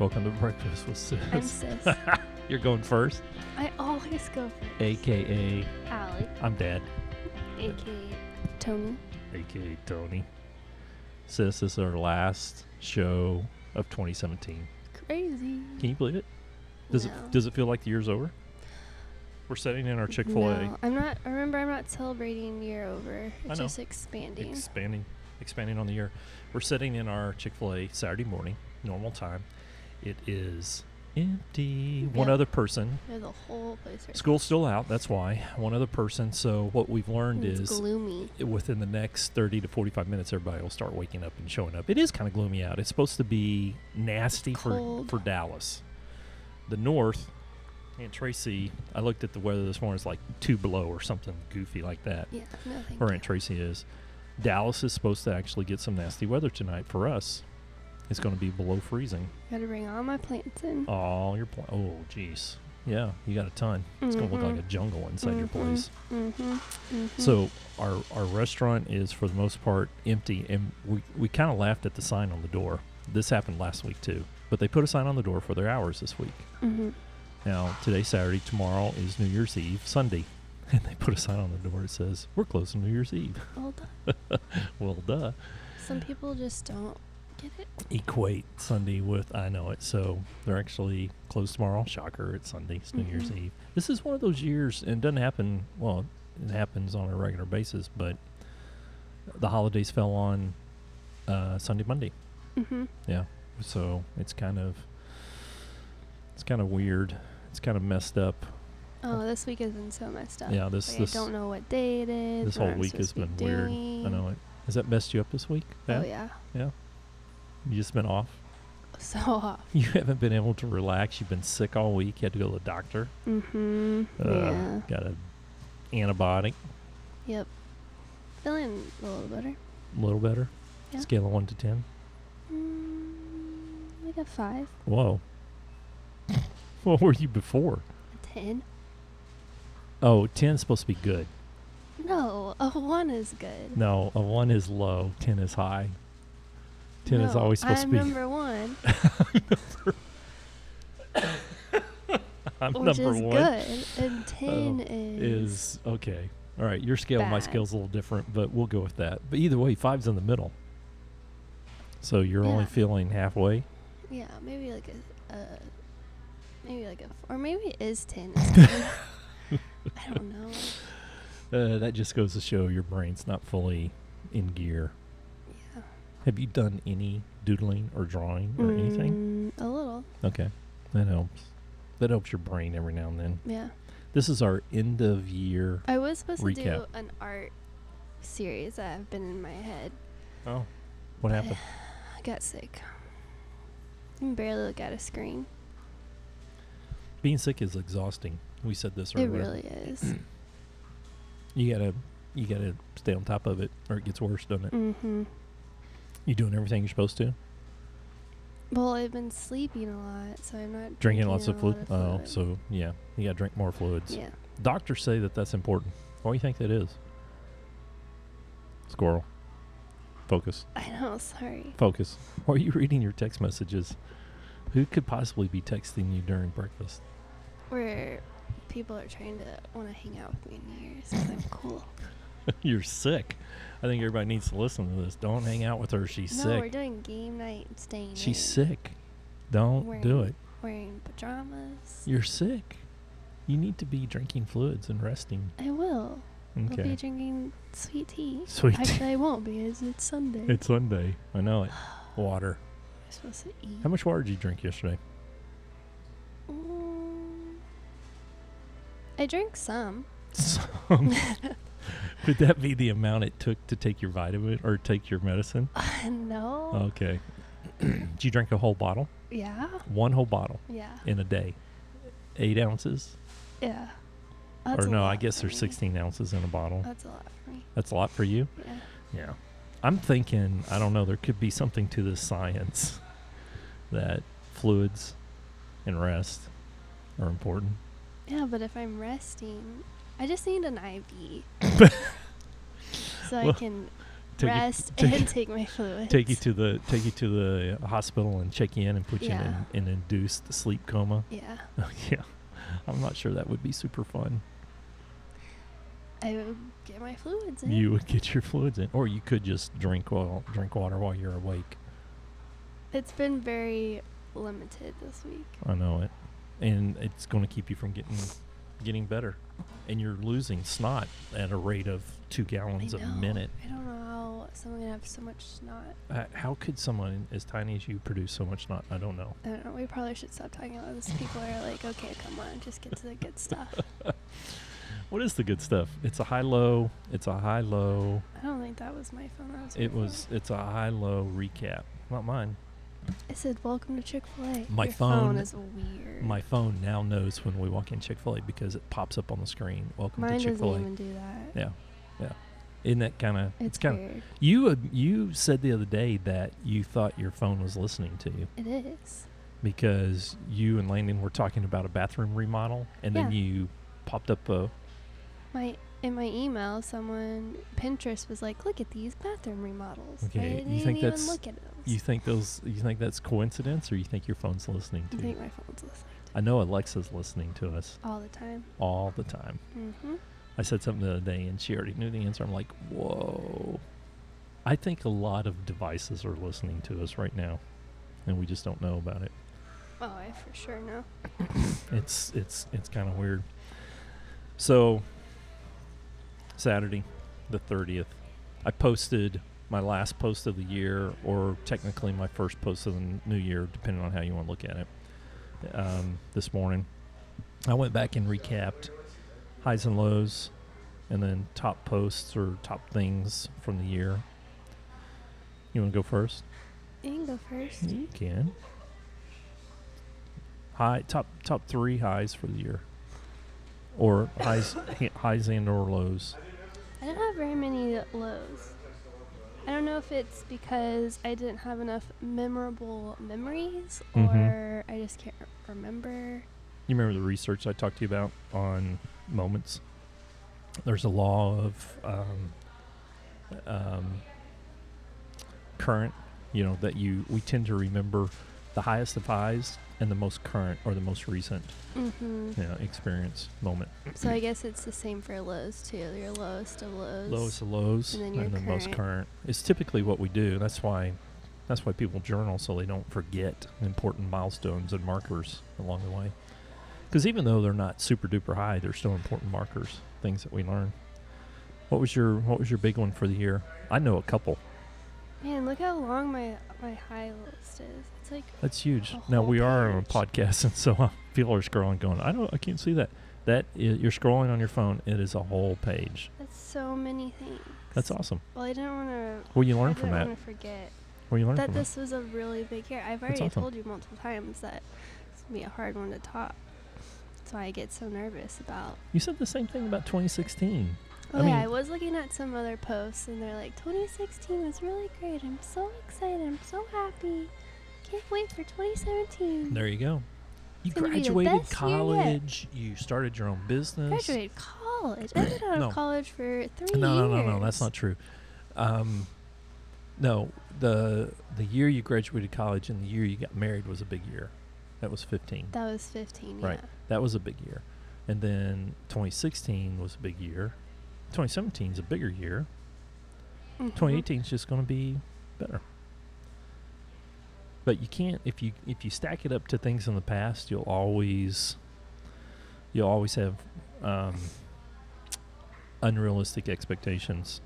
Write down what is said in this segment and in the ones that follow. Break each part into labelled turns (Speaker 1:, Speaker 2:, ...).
Speaker 1: Welcome to Breakfast with
Speaker 2: I'm
Speaker 1: Sis.
Speaker 2: sis.
Speaker 1: You're going first,
Speaker 2: I always go first.
Speaker 1: aka
Speaker 2: Allie,
Speaker 1: I'm Dad,
Speaker 2: aka Tony.
Speaker 1: aka Tony. Sis, this is our last show of 2017.
Speaker 2: Crazy.
Speaker 1: Can you believe it? Does
Speaker 2: No.
Speaker 1: it does it feel like the year's over? We're sitting in our Chick Fil A,
Speaker 2: No, I'm not. Remember, I'm not celebrating year over.
Speaker 1: I
Speaker 2: It's
Speaker 1: know.
Speaker 2: just expanding.
Speaker 1: expanding, expanding on the year. We're sitting in our Chick Fil A Saturday morning, normal time. It is empty. One
Speaker 2: Yeah.
Speaker 1: other person.
Speaker 2: There's a whole place right
Speaker 1: School's still out. That's why one other person. So what we've
Speaker 2: now.
Speaker 1: learned
Speaker 2: It's
Speaker 1: is
Speaker 2: gloomy.
Speaker 1: within the next 30 to 45 minutes everybody will start waking up and showing up it is kind of gloomy out it's supposed to be nasty for,
Speaker 2: Cold.
Speaker 1: for dallas the north and tracy i looked at the weather this morning it's like two below or something goofy like that
Speaker 2: Yeah, no thank
Speaker 1: where
Speaker 2: you.
Speaker 1: aunt tracy is dallas is supposed to actually get some nasty weather tonight for us it's going to be below freezing
Speaker 2: Gotta bring all my plants in.
Speaker 1: oh your pla- oh jeez yeah you got a ton it's going to look like a jungle inside your
Speaker 2: Mhm.
Speaker 1: place
Speaker 2: Mm-hmm.
Speaker 1: so our our restaurant is for the most part empty, and we we kind of laughed at the sign on the door. This happened last week too, but they put a sign on the door for their hours this week.
Speaker 2: Mm-hmm.
Speaker 1: Now today's Saturday, tomorrow is New Year's Eve, Sunday, and they put a sign on the door that says we're closing New Year's Eve.
Speaker 2: Well done.
Speaker 1: well, duh.
Speaker 2: Some people just don't get it.
Speaker 1: Equate Sunday with I know it, so they're actually closed tomorrow. Shocker! It's Sunday, it's New Year's
Speaker 2: Mhm.
Speaker 1: Eve. This is one of those years, and it doesn't happen. Well, it happens on a regular basis, but the holidays fell on uh, Sunday, Monday.
Speaker 2: Mm-hmm.
Speaker 1: so it's kind of it's kind of weird it's kind of messed up
Speaker 2: Oh, this week has been so messed up.
Speaker 1: Yeah, this-
Speaker 2: Like,
Speaker 1: this-
Speaker 2: I don't know what day it is.
Speaker 1: this
Speaker 2: what
Speaker 1: whole
Speaker 2: I'm
Speaker 1: week has
Speaker 2: supposed to
Speaker 1: been
Speaker 2: be
Speaker 1: weird i
Speaker 2: doing.
Speaker 1: know it has that messed you up this week
Speaker 2: Oh
Speaker 1: Matt?
Speaker 2: yeah,
Speaker 1: you just been off
Speaker 2: so off.
Speaker 1: you haven't been able to relax you've been sick all week you had to go to the doctor
Speaker 2: Mm-hmm.
Speaker 1: uh,
Speaker 2: yeah.
Speaker 1: got an antibiotic
Speaker 2: Yep. Feeling a little better.
Speaker 1: a little better
Speaker 2: Yeah.
Speaker 1: scale of 1 to 10
Speaker 2: Mm, like a five,
Speaker 1: whoa what were you before
Speaker 2: a ten.
Speaker 1: oh 10 is supposed to be good
Speaker 2: No, a one is good.
Speaker 1: no a 1 is low 10 is high 10 is
Speaker 2: No,
Speaker 1: always supposed
Speaker 2: I'm
Speaker 1: to be
Speaker 2: number one,
Speaker 1: i'm
Speaker 2: which
Speaker 1: number
Speaker 2: is
Speaker 1: 1
Speaker 2: good, and ten is,
Speaker 1: is okay. All right, your scale, and my
Speaker 2: Bad.
Speaker 1: scale's a little different, but we'll go with that. But either way, five's in the middle. So you're only
Speaker 2: Yeah.
Speaker 1: feeling halfway.
Speaker 2: yeah, maybe like a, uh, maybe like a, f- or maybe it is ten. is good. I don't know.
Speaker 1: Uh, that just goes to show your brain's not fully in gear.
Speaker 2: Yeah.
Speaker 1: Have you done any doodling or drawing or anything?
Speaker 2: Mm, a little,
Speaker 1: Okay, that helps. That helps your brain every now and then.
Speaker 2: yeah. Uh,
Speaker 1: This is our end of year.
Speaker 2: I was supposed to do
Speaker 1: Recap.
Speaker 2: an art series that have been in my head.
Speaker 1: Oh, what happened?
Speaker 2: I got sick. I can barely look at a screen.
Speaker 1: Being sick is exhausting. We said this
Speaker 2: It
Speaker 1: earlier.
Speaker 2: really is.
Speaker 1: You gotta, you gotta stay on top of it, or it gets worse, doesn't it?
Speaker 2: mm-hmm.
Speaker 1: You doing everything you're supposed to?
Speaker 2: Well, I've been sleeping a lot, so I'm not
Speaker 1: Drinking lots of
Speaker 2: a
Speaker 1: fluid.
Speaker 2: lot
Speaker 1: Oh,
Speaker 2: fluid.
Speaker 1: so yeah, you gotta drink more fluids.
Speaker 2: yeah,
Speaker 1: Doctors say that that's important. Why do you think that is? Squirrel. Focus.
Speaker 2: I know. Sorry.
Speaker 1: Focus. Why are you reading your text messages? Who could possibly be texting you during breakfast?
Speaker 2: Where people are trying to want to hang out with me in New Year's because I'm cool.
Speaker 1: You're sick. I think everybody needs to listen to this. Don't hang out with her. She's
Speaker 2: no, we're
Speaker 1: sick.
Speaker 2: doing game night and staying.
Speaker 1: She's
Speaker 2: in,
Speaker 1: sick. Don't
Speaker 2: We're
Speaker 1: do
Speaker 2: in.
Speaker 1: it.
Speaker 2: Wearing pajamas.
Speaker 1: You're sick. You need to be drinking fluids and resting.
Speaker 2: I will. I'll be
Speaker 1: Okay.
Speaker 2: drinking sweet tea.
Speaker 1: Sweet. tea.
Speaker 2: Actually, I won't because it's Sunday.
Speaker 1: It's Sunday. I know it. Water.
Speaker 2: I'm supposed to eat.
Speaker 1: How much water did you drink yesterday?
Speaker 2: Mm, I drank some.
Speaker 1: Some. Would that be the amount it took to take your vitamin or take your medicine?
Speaker 2: no.
Speaker 1: Okay. did you drink a whole bottle?
Speaker 2: Yeah.
Speaker 1: One whole bottle
Speaker 2: Yeah.
Speaker 1: in a day. Eight ounces?
Speaker 2: Yeah. That's
Speaker 1: or
Speaker 2: a
Speaker 1: no, I
Speaker 2: lot Uh,
Speaker 1: guess
Speaker 2: for
Speaker 1: there's
Speaker 2: me.
Speaker 1: 16 ounces in a bottle.
Speaker 2: That's a lot for me.
Speaker 1: That's a lot for you?
Speaker 2: Yeah.
Speaker 1: Yeah. I'm thinking, I don't know, there could be something to this science that fluids and rest are important.
Speaker 2: Yeah, but if I'm resting, I just need an IV. so I
Speaker 1: Well-
Speaker 2: can
Speaker 1: take you-
Speaker 2: rest
Speaker 1: take-
Speaker 2: and take my fluids.
Speaker 1: take you to the take you to the hospital and check you in and put you
Speaker 2: Yeah.
Speaker 1: in an, an induced sleep coma. Oh,
Speaker 2: Yeah,
Speaker 1: yeah, I'm not sure that would be super fun.
Speaker 2: I would get my fluids in.
Speaker 1: You would get your fluids in, or you could just drink while drink water while you're awake.
Speaker 2: It's been very limited this week.
Speaker 1: I know it, and it's going to keep you from getting getting better, and you're losing snot at a rate of two gallons
Speaker 2: I
Speaker 1: a
Speaker 2: know.
Speaker 1: minute.
Speaker 2: I don't know how someone can have so much snot.
Speaker 1: Uh, how could someone as tiny as you produce so much snot? I don't know.
Speaker 2: I don't know. We probably should stop talking about this. People are like, okay, come on, just get to the good stuff.
Speaker 1: What is the good stuff? It's a high low. It's a high low.
Speaker 2: I don't think that was my phone. That was my
Speaker 1: It
Speaker 2: phone.
Speaker 1: was. It's a high low recap. Not mine.
Speaker 2: It said, "Welcome to Chick Fil A."
Speaker 1: My
Speaker 2: Your phone,
Speaker 1: phone-
Speaker 2: is weird.
Speaker 1: My phone now knows when we walk in Chick Fil A because it pops up on the screen. Welcome
Speaker 2: Mine
Speaker 1: to
Speaker 2: doesn't
Speaker 1: Chick Fil A.
Speaker 2: even do that.
Speaker 1: Yeah, yeah. Isn't that kind of?
Speaker 2: It's,
Speaker 1: It's kind of.
Speaker 2: weird.
Speaker 1: You uh, you said the other day that you thought your phone was listening to you
Speaker 2: It is.
Speaker 1: because you and Landon were talking about a bathroom remodel, and then
Speaker 2: Yeah.
Speaker 1: you popped up a.
Speaker 2: My in my email, someone Pinterest was like, "Look at these bathroom remodels."
Speaker 1: Okay,
Speaker 2: I
Speaker 1: you
Speaker 2: didn't
Speaker 1: think
Speaker 2: even
Speaker 1: that's-
Speaker 2: look at those.
Speaker 1: You think those? You think that's coincidence, or you think your phone's listening
Speaker 2: I
Speaker 1: to you?
Speaker 2: think my phone's listening
Speaker 1: I know Alexa's listening to us
Speaker 2: all the time.
Speaker 1: all the time.
Speaker 2: Mm-hmm.
Speaker 1: I said something the other day, and she already knew the answer. I'm like, whoa. I think a lot of devices are listening to us right now, and we just don't know about it.
Speaker 2: Oh, I for sure know.
Speaker 1: It's it's it's kind of weird. So Saturday, the thirtieth, I posted my last post of the year, or technically my first post of the n- new year, depending on how you want to look at it. Um, this morning, I went back and recapped highs and lows, and then top posts or top things from the year. You want to go first?
Speaker 2: You can go first.
Speaker 1: You can. High top top three highs for the year, or highs hi- highs and or lows.
Speaker 2: I don't have very many lows. I don't know if it's because I didn't have enough memorable memories,
Speaker 1: Mhm.
Speaker 2: or I just can't remember.
Speaker 1: You remember the research I talked to you about on moments? There's a law of um, um, current, you know, that you we tend to remember the highest of highs and the most current or the most recent
Speaker 2: Mm-hmm.
Speaker 1: you know, experience moment.
Speaker 2: So I guess it's the same for lows too. Your lowest of lows.
Speaker 1: lowest of lows
Speaker 2: And
Speaker 1: and,
Speaker 2: then
Speaker 1: the
Speaker 2: your
Speaker 1: most
Speaker 2: current.
Speaker 1: current It's typically what we do that's why that's why people journal so they don't forget important milestones and markers along the way because even though they're not super duper high they're still important markers things that we learn what was your what was your big one for the year i know a couple
Speaker 2: Man, look how long my my high list is. It's like
Speaker 1: that's huge
Speaker 2: A
Speaker 1: now
Speaker 2: whole
Speaker 1: we are on a
Speaker 2: page.
Speaker 1: podcast and so uh, people are scrolling going i don't i can't see that that i- you're scrolling on your phone it is a whole page
Speaker 2: that's so many things.
Speaker 1: that's awesome
Speaker 2: Well, I didn't want to.
Speaker 1: what you learn
Speaker 2: I
Speaker 1: from
Speaker 2: didn't
Speaker 1: that
Speaker 2: want to forget
Speaker 1: what you learn
Speaker 2: that
Speaker 1: from that?
Speaker 2: this was a really big year. I've already
Speaker 1: awesome.
Speaker 2: told you multiple times that it's gonna be a hard one to top. That's why I get so nervous about.
Speaker 1: you said the same thing about 2016 I
Speaker 2: Oh yeah,
Speaker 1: mean-
Speaker 2: I was looking at some other posts and they're like, 2016 was really great. I'm so excited. I'm so happy. Can't wait for 2017.
Speaker 1: There you go. You
Speaker 2: It's gonna be the
Speaker 1: graduated
Speaker 2: best year yet.
Speaker 1: college. You started your own business.
Speaker 2: Graduated college. I've been out
Speaker 1: No.
Speaker 2: of college for three
Speaker 1: No, no,
Speaker 2: years.
Speaker 1: no, no. That's not true. Um, no, the the year you graduated college and the year you got married was a big year. That was 15.
Speaker 2: That was 15.
Speaker 1: Right.
Speaker 2: Yeah.
Speaker 1: That was a big year. And then 2016 was a big year. 2017 is a bigger year.
Speaker 2: Mhm.
Speaker 1: 2018 is just going to be better. But you can't if you if you stack it up to things in the past, you'll always you'll always have um, unrealistic expectations.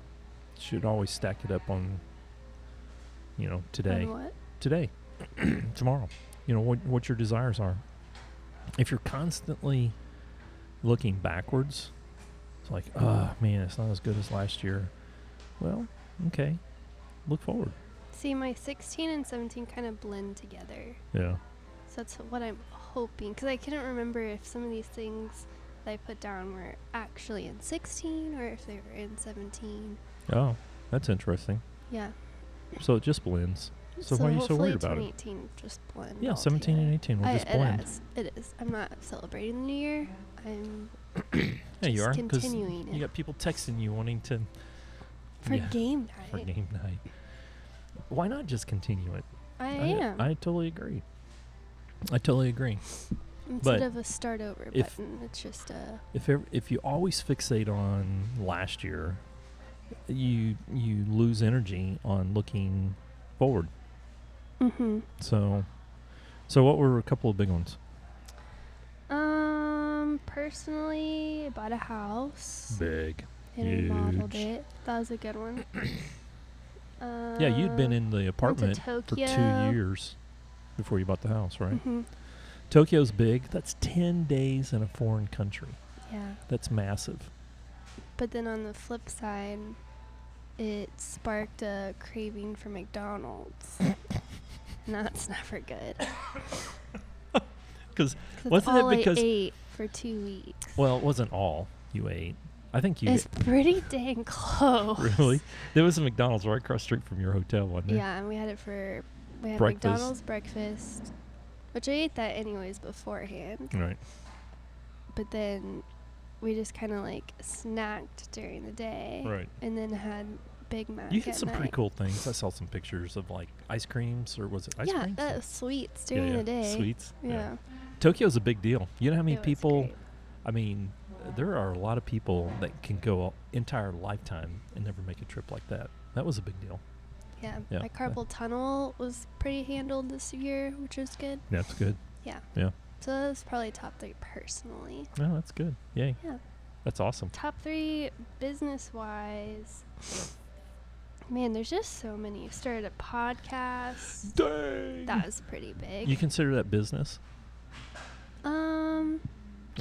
Speaker 1: Should always stack it up on you know today,
Speaker 2: And what?
Speaker 1: today, tomorrow. You know what what your desires are. If you're constantly looking backwards, it's like, oh man, it's not as good as last year. Well, okay, look forward.
Speaker 2: See, my 16 and 17 kind of blend together.
Speaker 1: Yeah.
Speaker 2: So that's what I'm hoping. Because I couldn't remember if some of these things that I put down were actually in 16 or if they were in 17.
Speaker 1: Oh, that's interesting.
Speaker 2: Yeah.
Speaker 1: So it just blends. So why are you so worried
Speaker 2: hopefully
Speaker 1: about it?
Speaker 2: 2018 just blend.
Speaker 1: Yeah,
Speaker 2: all
Speaker 1: 17
Speaker 2: together.
Speaker 1: and 18 will
Speaker 2: I-
Speaker 1: just
Speaker 2: it
Speaker 1: blend.
Speaker 2: is. It is. I'm not celebrating the new year. I'm
Speaker 1: Yeah, you
Speaker 2: just
Speaker 1: are. 'cause
Speaker 2: continuing
Speaker 1: you
Speaker 2: it.
Speaker 1: got people texting you wanting to
Speaker 2: for
Speaker 1: Yeah.
Speaker 2: game
Speaker 1: for
Speaker 2: night.
Speaker 1: game night. Why not just continue it?
Speaker 2: I am
Speaker 1: I totally agree. I totally agree.
Speaker 2: instead
Speaker 1: but
Speaker 2: of a start over
Speaker 1: if-
Speaker 2: button. It's just a
Speaker 1: If ev- if you always fixate on last year, you you lose energy on looking forward.
Speaker 2: mm-hmm.
Speaker 1: So, so what were a couple of big ones?
Speaker 2: Um, personally, I bought a house
Speaker 1: Big.
Speaker 2: and I modeled
Speaker 1: huge.
Speaker 2: it. That was a good one. uh,
Speaker 1: Yeah, you'd been in the
Speaker 2: went to
Speaker 1: apartment for two
Speaker 2: Tokyo.
Speaker 1: years before you bought the house, right?
Speaker 2: Mhm.
Speaker 1: Tokyo's big. That's ten days in a foreign country.
Speaker 2: Yeah,
Speaker 1: That's massive.
Speaker 2: but then on the flip side, it sparked a craving for McDonald's. and that's never good.
Speaker 1: 'Cause
Speaker 2: that's
Speaker 1: wasn't it
Speaker 2: all
Speaker 1: because-
Speaker 2: I ate for two weeks?
Speaker 1: Well, it wasn't all you ate. I think you
Speaker 2: it's pretty dang close.
Speaker 1: really. There was a McDonald's right across the street from your hotel, wasn't there?
Speaker 2: Yeah, and we had it for we had
Speaker 1: Breakfast.
Speaker 2: McDonald's breakfast, which I ate that anyways beforehand.
Speaker 1: Right.
Speaker 2: But then we just kind of like snacked during the day,
Speaker 1: Right.
Speaker 2: and then had Big Mac.
Speaker 1: You had
Speaker 2: at
Speaker 1: some pretty
Speaker 2: night.
Speaker 1: cool things. I saw some pictures of like ice creams, or was it ice
Speaker 2: yeah,
Speaker 1: creams?
Speaker 2: that was sweets
Speaker 1: Yeah,
Speaker 2: during
Speaker 1: yeah.
Speaker 2: the day.
Speaker 1: Sweets.
Speaker 2: Yeah.
Speaker 1: Tokyo's a big deal. You know how many
Speaker 2: it was
Speaker 1: people?
Speaker 2: great.
Speaker 1: I mean, there are a lot of people that can go a- entire lifetime and never make a trip like that. That was a big deal.
Speaker 2: Yeah,
Speaker 1: yeah,
Speaker 2: my
Speaker 1: yeah.
Speaker 2: carpal tunnel was pretty handled this year, which was good.
Speaker 1: That's good.
Speaker 2: Yeah.
Speaker 1: Yeah.
Speaker 2: So that was probably top three personally.
Speaker 1: No, that's good. Yay.
Speaker 2: Yeah.
Speaker 1: That's awesome.
Speaker 2: Top three business wise. Man, there's just so many. You started a podcast.
Speaker 1: Dang.
Speaker 2: That was pretty big.
Speaker 1: you consider that business
Speaker 2: um,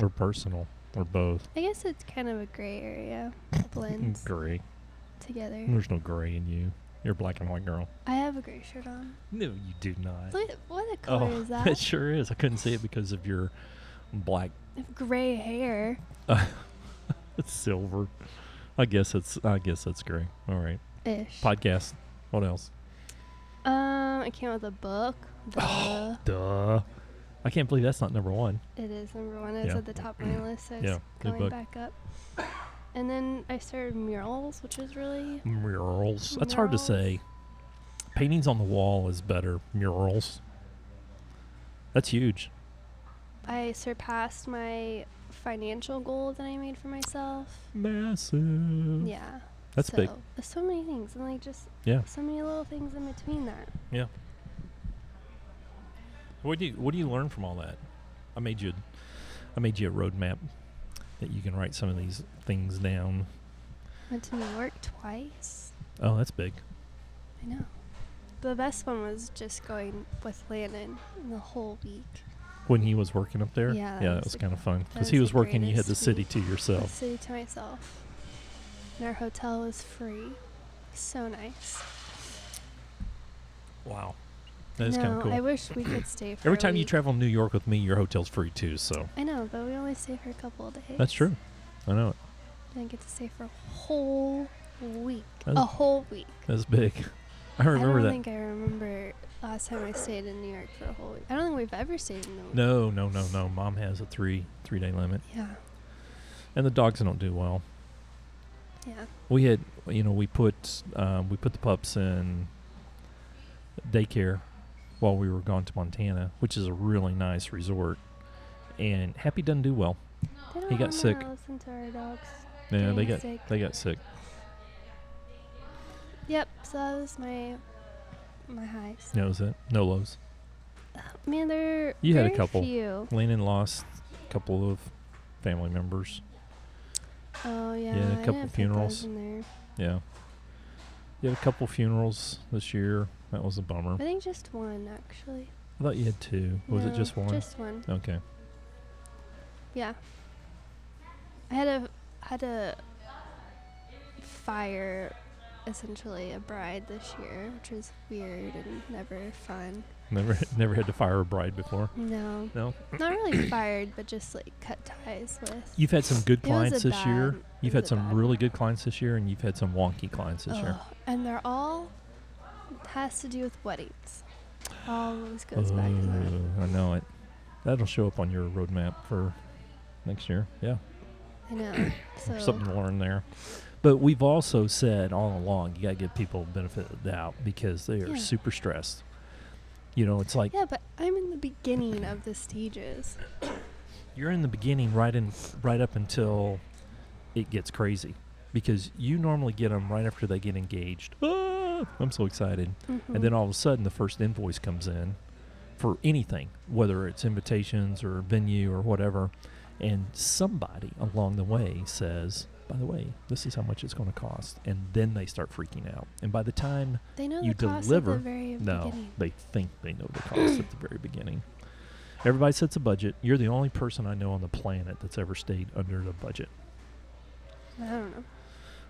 Speaker 1: or personal or both?
Speaker 2: I guess it's kind of a gray area. It blends
Speaker 1: Gray.
Speaker 2: together.
Speaker 1: There's no gray in you. You're a black and white girl.
Speaker 2: I have a gray shirt on.
Speaker 1: No, you do not.
Speaker 2: Look, what a color
Speaker 1: Oh,
Speaker 2: is that?
Speaker 1: it sure is. I couldn't see it because of your black
Speaker 2: I have gray hair.
Speaker 1: silver. I guess it's. I guess that's gray. All right.
Speaker 2: Ish.
Speaker 1: Podcast. What else?
Speaker 2: um, I came out with a book.
Speaker 1: Oh,
Speaker 2: Duh.
Speaker 1: Duh. I can't believe that's not number one.
Speaker 2: It is number one. It's
Speaker 1: Yeah.
Speaker 2: at the top of my list, so it's
Speaker 1: Yeah, good
Speaker 2: going
Speaker 1: book.
Speaker 2: back up. And then I started murals, which was really
Speaker 1: Murals. That's hard to
Speaker 2: Murals.
Speaker 1: say. Paintings on the wall is better. Murals. That's huge.
Speaker 2: I surpassed my financial goal that I made for myself.
Speaker 1: Massive.
Speaker 2: Yeah.
Speaker 1: Mm-hmm. That's
Speaker 2: so,
Speaker 1: big.
Speaker 2: There's so many things, and like just
Speaker 1: Yeah.
Speaker 2: so many little things in between that.
Speaker 1: Yeah. What do you What do you learn from all that? I made you, I made you a roadmap that you can write some of these things down.
Speaker 2: Went to New York twice.
Speaker 1: Oh, that's big.
Speaker 2: I know. The best one was just going with Landon the whole week.
Speaker 1: When he was working up there,
Speaker 2: Yeah, that
Speaker 1: yeah, that
Speaker 2: was
Speaker 1: was
Speaker 2: the-
Speaker 1: kind of fun
Speaker 2: that
Speaker 1: because he was
Speaker 2: was the
Speaker 1: working. You had the
Speaker 2: greatest
Speaker 1: city
Speaker 2: week.
Speaker 1: to
Speaker 2: The
Speaker 1: yourself.
Speaker 2: city to myself. And our hotel was free. So nice.
Speaker 1: Wow, that is kind
Speaker 2: No,
Speaker 1: of cool.
Speaker 2: I wish we could stay for
Speaker 1: Every
Speaker 2: a
Speaker 1: time you
Speaker 2: week.
Speaker 1: travel to New York with me, your hotel's free too. So
Speaker 2: I know, but we only stay for a couple of days.
Speaker 1: that's true. I know it.
Speaker 2: And I get to stay for a whole week.
Speaker 1: That's-
Speaker 2: a whole week.
Speaker 1: That's big. I remember
Speaker 2: I don't
Speaker 1: that.
Speaker 2: think I remember last time I stayed in New York for a whole week. I don't think we've ever stayed in New York.
Speaker 1: No, no, no, no. Mom has a three three day limit,
Speaker 2: Yeah.
Speaker 1: and the dogs don't do well.
Speaker 2: Yeah.
Speaker 1: We had, you know, we put um, we put the pups in daycare while we were gone to Montana, which is a really nice resort. And Happy doesn't do well.
Speaker 2: They don't
Speaker 1: He got
Speaker 2: wanna
Speaker 1: sick.
Speaker 2: Listen to our dogs.
Speaker 1: Yeah, they
Speaker 2: getting
Speaker 1: got
Speaker 2: sick.
Speaker 1: they got sick.
Speaker 2: Yep. So that was my my highs.
Speaker 1: That was it. No lows.
Speaker 2: Man, there.
Speaker 1: You had a
Speaker 2: very
Speaker 1: couple.
Speaker 2: Few.
Speaker 1: Landon lost a couple of family members.
Speaker 2: Oh yeah.
Speaker 1: a couple
Speaker 2: I didn't put those
Speaker 1: funerals.
Speaker 2: in there.
Speaker 1: Yeah. You had a couple funerals this year. That was a bummer.
Speaker 2: I think just one actually.
Speaker 1: I thought you had two. Was it
Speaker 2: No,
Speaker 1: just one?
Speaker 2: Just one.
Speaker 1: okay.
Speaker 2: Yeah. I had a had a fire essentially a bride this year, which was weird and never fun.
Speaker 1: Never never had to fire a bride before.
Speaker 2: No.
Speaker 1: No.
Speaker 2: Not really fired, but just like cut ties with
Speaker 1: You've had some good
Speaker 2: It was a
Speaker 1: clients this year.
Speaker 2: bad- it
Speaker 1: You've had
Speaker 2: was a
Speaker 1: some
Speaker 2: bad
Speaker 1: really good clients this year, and you've had some wonky clients this year.
Speaker 2: Ugh, and they're all has to do with weddings. Always goes back to that.
Speaker 1: Ooh, I know it. That'll show up on your roadmap for next year. Yeah,
Speaker 2: I know.
Speaker 1: there's
Speaker 2: So
Speaker 1: something to learn there. But we've also said all along, you got to give people benefit of the doubt because they are
Speaker 2: Yeah.
Speaker 1: super stressed. You know, it's like
Speaker 2: Yeah, but I'm in the beginning of the stages.
Speaker 1: you're in the beginning, right in, right up until it gets crazy, because you normally get them right after they get engaged. Ah, I'm so excited,
Speaker 2: Mm-hmm.
Speaker 1: and then all of a sudden the first invoice comes in for anything, whether it's invitations or venue or whatever, and somebody along the way says, "By the way, this is how much it's going to cost," and then they start freaking out. And by the time
Speaker 2: they know
Speaker 1: you
Speaker 2: the cost
Speaker 1: deliver-
Speaker 2: at the very
Speaker 1: no,
Speaker 2: beginning.
Speaker 1: they think they know the cost at the very beginning. Everybody sets a budget. You're the only person I know on the planet that's ever stayed under the budget.
Speaker 2: I don't know.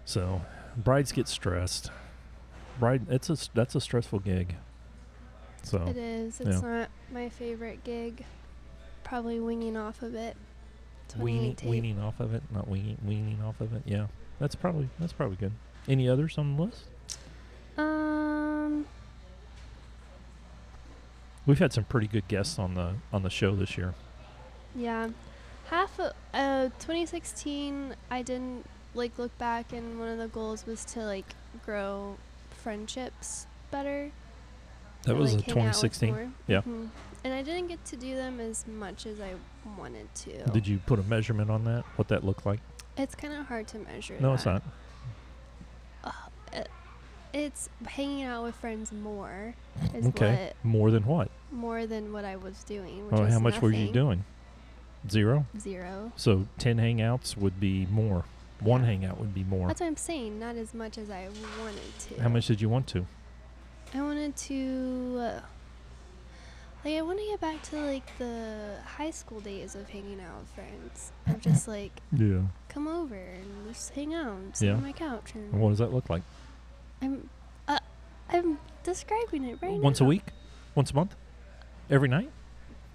Speaker 1: So brides get stressed. Bride, it's a s- that's a stressful gig. So
Speaker 2: It is.
Speaker 1: yeah.
Speaker 2: It's not my favorite gig. Probably winging off a bit.
Speaker 1: weaning,
Speaker 2: 2018.
Speaker 1: weaning off of it, not weaning, weaning off of it. Yeah, that's probably that's probably good. Any others on the list?
Speaker 2: Um,
Speaker 1: We've had some pretty good guests on the on the show this year.
Speaker 2: yeah. Half of uh, 2016, I didn't like look back, and one of the goals was to like grow friendships better.
Speaker 1: That
Speaker 2: and,
Speaker 1: was
Speaker 2: like,
Speaker 1: a
Speaker 2: hang out with
Speaker 1: 2016.
Speaker 2: more.
Speaker 1: Yeah.
Speaker 2: Mhm. And I didn't get to do them as much as I wanted to.
Speaker 1: Did you put a measurement on that? What that looked like?
Speaker 2: It's kind of hard to measure.
Speaker 1: No, it's
Speaker 2: that.
Speaker 1: not.
Speaker 2: It's hanging out with friends more is
Speaker 1: Okay. More than what?
Speaker 2: what more than what I was doing. Which
Speaker 1: Oh,
Speaker 2: was
Speaker 1: how much were you
Speaker 2: nothing.
Speaker 1: doing? Zero.
Speaker 2: Zero.
Speaker 1: So ten hangouts would be more. One
Speaker 2: Yeah.
Speaker 1: hangout would be more.
Speaker 2: That's what I'm saying. Not as much as I wanted to.
Speaker 1: How much did you want to?
Speaker 2: I wanted to. Uh, like I want to get back to like the high school days of hanging out with friends. I'm just like,
Speaker 1: Yeah.
Speaker 2: come over and just hang out, and sit
Speaker 1: Yeah.
Speaker 2: on my couch, and
Speaker 1: And what does that look like?
Speaker 2: I'm, uh, I'm describing it right
Speaker 1: Once
Speaker 2: now.
Speaker 1: a week? Once a month? Every night?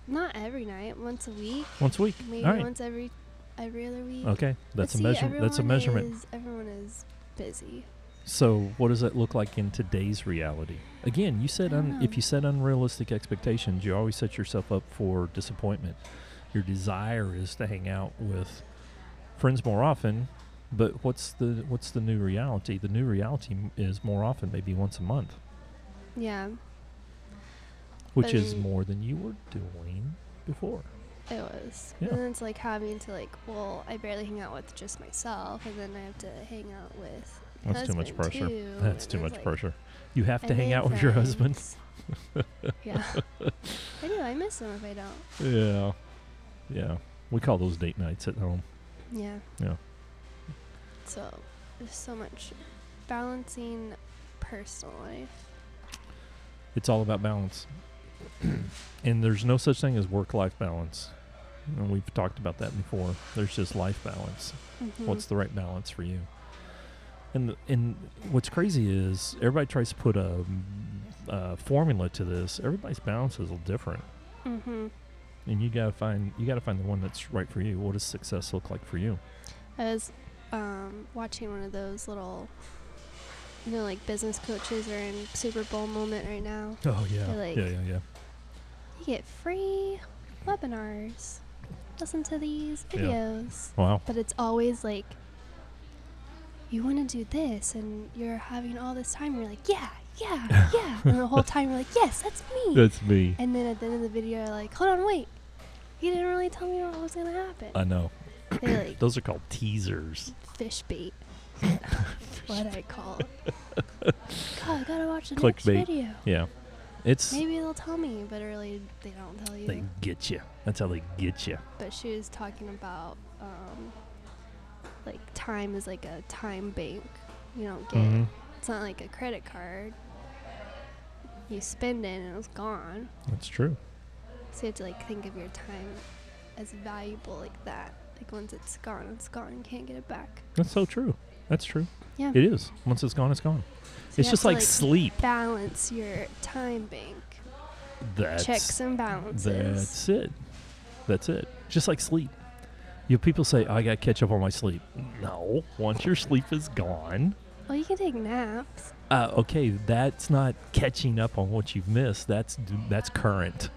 Speaker 2: Not every night. Once a week.
Speaker 1: Once a week.
Speaker 2: Maybe
Speaker 1: All right.
Speaker 2: once every every other week.
Speaker 1: Okay.
Speaker 2: But
Speaker 1: That's a
Speaker 2: see,
Speaker 1: measurement. That's a
Speaker 2: everyone
Speaker 1: measurement.
Speaker 2: Is, everyone is busy.
Speaker 1: So what does that look like in today's reality? Again, you said
Speaker 2: I don't
Speaker 1: un-
Speaker 2: know.
Speaker 1: if you set unrealistic expectations, you always set yourself up for disappointment. Your desire is to hang out with friends more often, but what's the what's the new reality? The new reality m- is more often, maybe once a month,
Speaker 2: Yeah,
Speaker 1: which is
Speaker 2: Mm.
Speaker 1: more than you were doing before.
Speaker 2: it was.
Speaker 1: Yeah.
Speaker 2: And then it's like having to like, well, I barely hang out with just myself, and then I have to hang out with. my
Speaker 1: That's too much
Speaker 2: husband,
Speaker 1: pressure.
Speaker 2: too,
Speaker 1: That's
Speaker 2: and
Speaker 1: too
Speaker 2: it's
Speaker 1: much
Speaker 2: like,
Speaker 1: pressure. You have
Speaker 2: I
Speaker 1: to hang
Speaker 2: made
Speaker 1: out with your husband.
Speaker 2: friends. yeah, I do. I miss him if I don't.
Speaker 1: Yeah. Yeah. We call those date nights at home.
Speaker 2: Yeah.
Speaker 1: Yeah.
Speaker 2: So there's so much balancing personal life.
Speaker 1: It's all about balance. and there's no such thing as work life balance. And we've talked about that before. There's just life balance.
Speaker 2: Mhm.
Speaker 1: What's the right balance for you? And the, and what's crazy is everybody tries to put a, a formula to this. Everybody's balance is different,
Speaker 2: Mhm.
Speaker 1: and you gotta find you gotta find the one that's right for you. What does success look like for you?
Speaker 2: I was um, watching one of those little, you know, like business coaches are in Super Bowl moment right now.
Speaker 1: Oh yeah,
Speaker 2: I like-
Speaker 1: yeah, yeah, yeah.
Speaker 2: You get free webinars. Listen to these
Speaker 1: Yeah.
Speaker 2: videos.
Speaker 1: Wow.
Speaker 2: But it's always like, you want to do this, and you're having all this time. You're like, yeah, yeah, yeah. and the whole time you're like, yes, that's me.
Speaker 1: That's me.
Speaker 2: and then at the end of the video, you're like, hold on, wait. You didn't really tell me what was gonna happen.
Speaker 1: I know.
Speaker 2: they like
Speaker 1: Those are called teasers.
Speaker 2: fish bait. what I call it. God, I gotta watch the
Speaker 1: Clickbait.
Speaker 2: next video.
Speaker 1: Yeah. It's
Speaker 2: Maybe they'll tell me, but really they don't tell you.
Speaker 1: they get you. That's how they get you.
Speaker 2: But she was talking about um, like time is like a time bank. You don't get
Speaker 1: Mhm.
Speaker 2: it's not like a credit card. You spend it and it's gone.
Speaker 1: That's true.
Speaker 2: So you have to like think of your time as valuable like that. Like once it's gone, it's gone. You can't get it back.
Speaker 1: That's so true. That's true.
Speaker 2: Yeah.
Speaker 1: It is. Once it's gone, it's gone.
Speaker 2: So you
Speaker 1: it's
Speaker 2: have
Speaker 1: just
Speaker 2: to,
Speaker 1: like, sleep.
Speaker 2: balance your time bank.
Speaker 1: That's
Speaker 2: Checks and balances.
Speaker 1: that's it. That's it. Just like sleep. You know, people say, "I got to catch up on my sleep." No. Once your sleep is gone,
Speaker 2: Well, you can take naps.
Speaker 1: uh, okay, that's not catching up on what you've missed. That's that's current.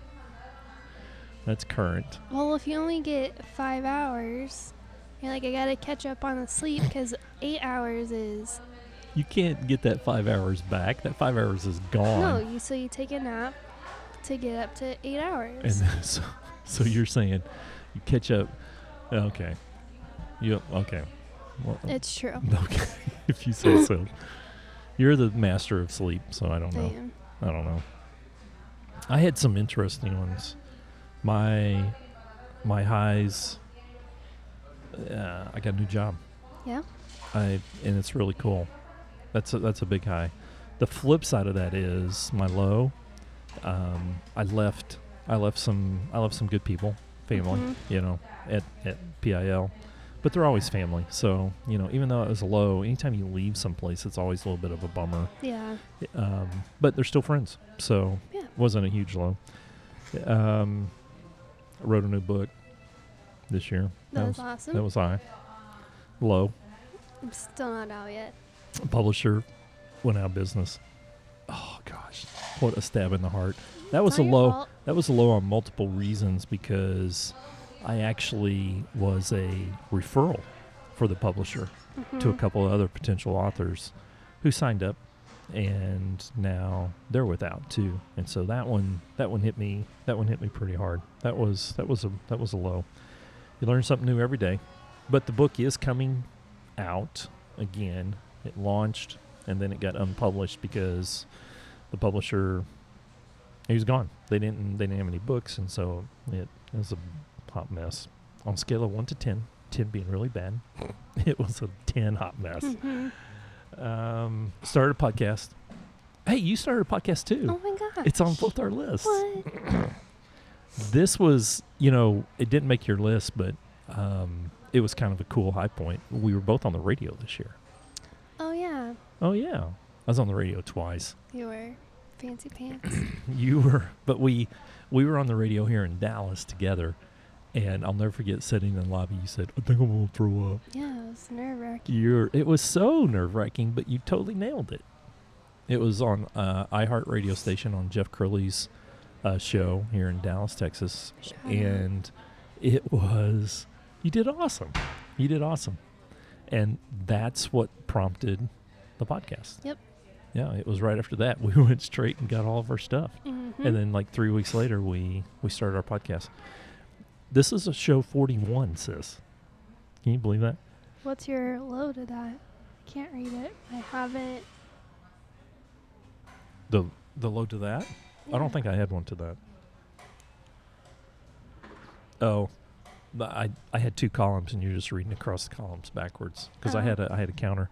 Speaker 1: That's current.
Speaker 2: Well, if you only get five hours, You're like, I gotta catch up on the sleep because eight hours is
Speaker 1: You can't get that five hours back. That five hours is
Speaker 2: no.
Speaker 1: gone.
Speaker 2: You so you take a nap to get up to eight hours.
Speaker 1: And then, so, so you're saying you catch up. Okay. You okay? Well,
Speaker 2: it's true.
Speaker 1: okay. if you say so. You're the master of sleep, so I don't
Speaker 2: I
Speaker 1: know.
Speaker 2: am.
Speaker 1: I don't know. I had some interesting ones. My my highs. Uh, I got a new job.
Speaker 2: Yeah?
Speaker 1: I and it's really cool. That's a, that's a big high. The flip side of that is my low. Um, I left. I left some. I left some good people, family.
Speaker 2: Mhm.
Speaker 1: You know, at at PIL, but they're always family. So you know, even though it was a low, anytime you leave someplace, it's always a little bit of a bummer
Speaker 2: Yeah.
Speaker 1: um, but they're still friends. So
Speaker 2: Yeah.
Speaker 1: wasn't a huge low. Um, I wrote a new book this year.
Speaker 2: That
Speaker 1: was
Speaker 2: was awesome.
Speaker 1: that was high. Low
Speaker 2: I'm still not out yet.
Speaker 1: publisher went out of business. Oh gosh, what a stab in the heart. That was
Speaker 2: It's
Speaker 1: a
Speaker 2: not your
Speaker 1: low.
Speaker 2: fault.
Speaker 1: That was a low on multiple reasons because I actually was a referral for the publisher. to a
Speaker 2: Mhm.
Speaker 1: couple of other potential authors who signed up and now they're without too and so that one that one hit me that one hit me pretty hard that was that was a that was a low you learn something new every day but the book is coming out again it launched and then it got unpublished because the publisher he was gone they didn't they didn't have any books and so it, it was a hot mess on a scale of 1 to 10 10 being really bad it was a 10 hot mess
Speaker 2: Mhm.
Speaker 1: um, started a podcast. Hey, you started a podcast too.
Speaker 2: Oh my god.
Speaker 1: it's on both our lists.
Speaker 2: What?
Speaker 1: This was, you know, it didn't make your list, but um, it was kind of a cool high point. We were both on the radio this year.
Speaker 2: Oh yeah.
Speaker 1: Oh yeah, I was on the radio twice.
Speaker 2: You were fancy pants.
Speaker 1: You were, but we we were on the radio here in Dallas together, and I'll never forget sitting in the lobby. You said, "I think I'm gonna throw up."
Speaker 2: yeah, it was nerve wracking.
Speaker 1: You're, it was so nerve wracking, but you totally nailed it. It was on uh, iHeart radio station on Jeff Curley's uh, show here in Dallas, Texas, and it was you did awesome. You did awesome, and that's what prompted the podcast.
Speaker 2: Yep.
Speaker 1: Yeah, it was right after that we went straight and got all of our stuff
Speaker 2: mm-hmm.
Speaker 1: and then like three weeks later we we started our podcast this is a show 41 sis can you believe that
Speaker 2: What's your low to that? Can't read it. I haven't.
Speaker 1: the the load to that i
Speaker 2: yeah.
Speaker 1: don't think i had one to that oh but i i had two columns and you're just reading across the columns backwards because i
Speaker 2: Oh.
Speaker 1: had a i had a counter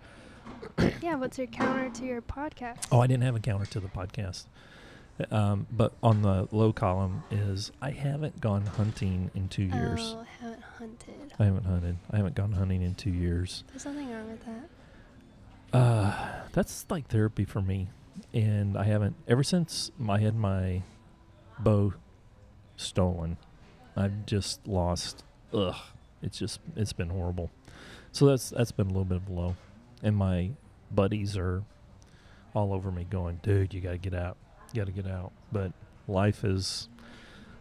Speaker 2: Yeah, what's your counter to your podcast?
Speaker 1: oh i didn't have a counter to the podcast um, but on the low column is i haven't gone hunting in two years
Speaker 2: Oh, I haven't hunted.
Speaker 1: i haven't hunted i haven't gone hunting in two years
Speaker 2: There's nothing wrong with that.
Speaker 1: Uh, that's like therapy for me, and I haven't ever since I had my bow stolen. I've just lost. Ugh, it's just it's been horrible. So that's that's been a little bit of a low, and my buddies are all over me, going, "Dude, you got to get out, got to get out." But life is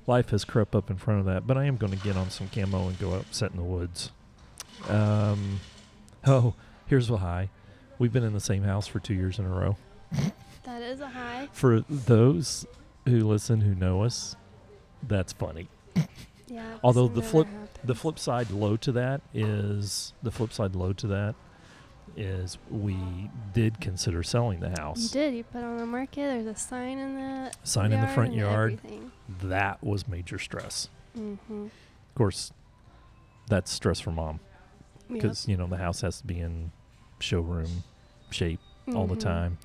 Speaker 1: life has crept up in front of that. But I am going to get on some camo and go out set in the woods. Um, oh, here's what high. We've been in the same house for two years in a row.
Speaker 2: That is a high.
Speaker 1: For those who listen who know us, that's funny.
Speaker 2: Yeah. I've
Speaker 1: Although
Speaker 2: seen
Speaker 1: the
Speaker 2: that
Speaker 1: flip-
Speaker 2: happen.
Speaker 1: The flip side low to that is the flip side low to that is we did consider selling the
Speaker 2: You
Speaker 1: house.
Speaker 2: did. You put it on the market. There's a sign in the
Speaker 1: Sign in the front yard.
Speaker 2: Everything.
Speaker 1: That was major stress.
Speaker 2: Mm-hmm.
Speaker 1: Of course, that's stress for mom
Speaker 2: Yep.
Speaker 1: because you know the house has to be in showroom shape all the
Speaker 2: Mhm.
Speaker 1: time.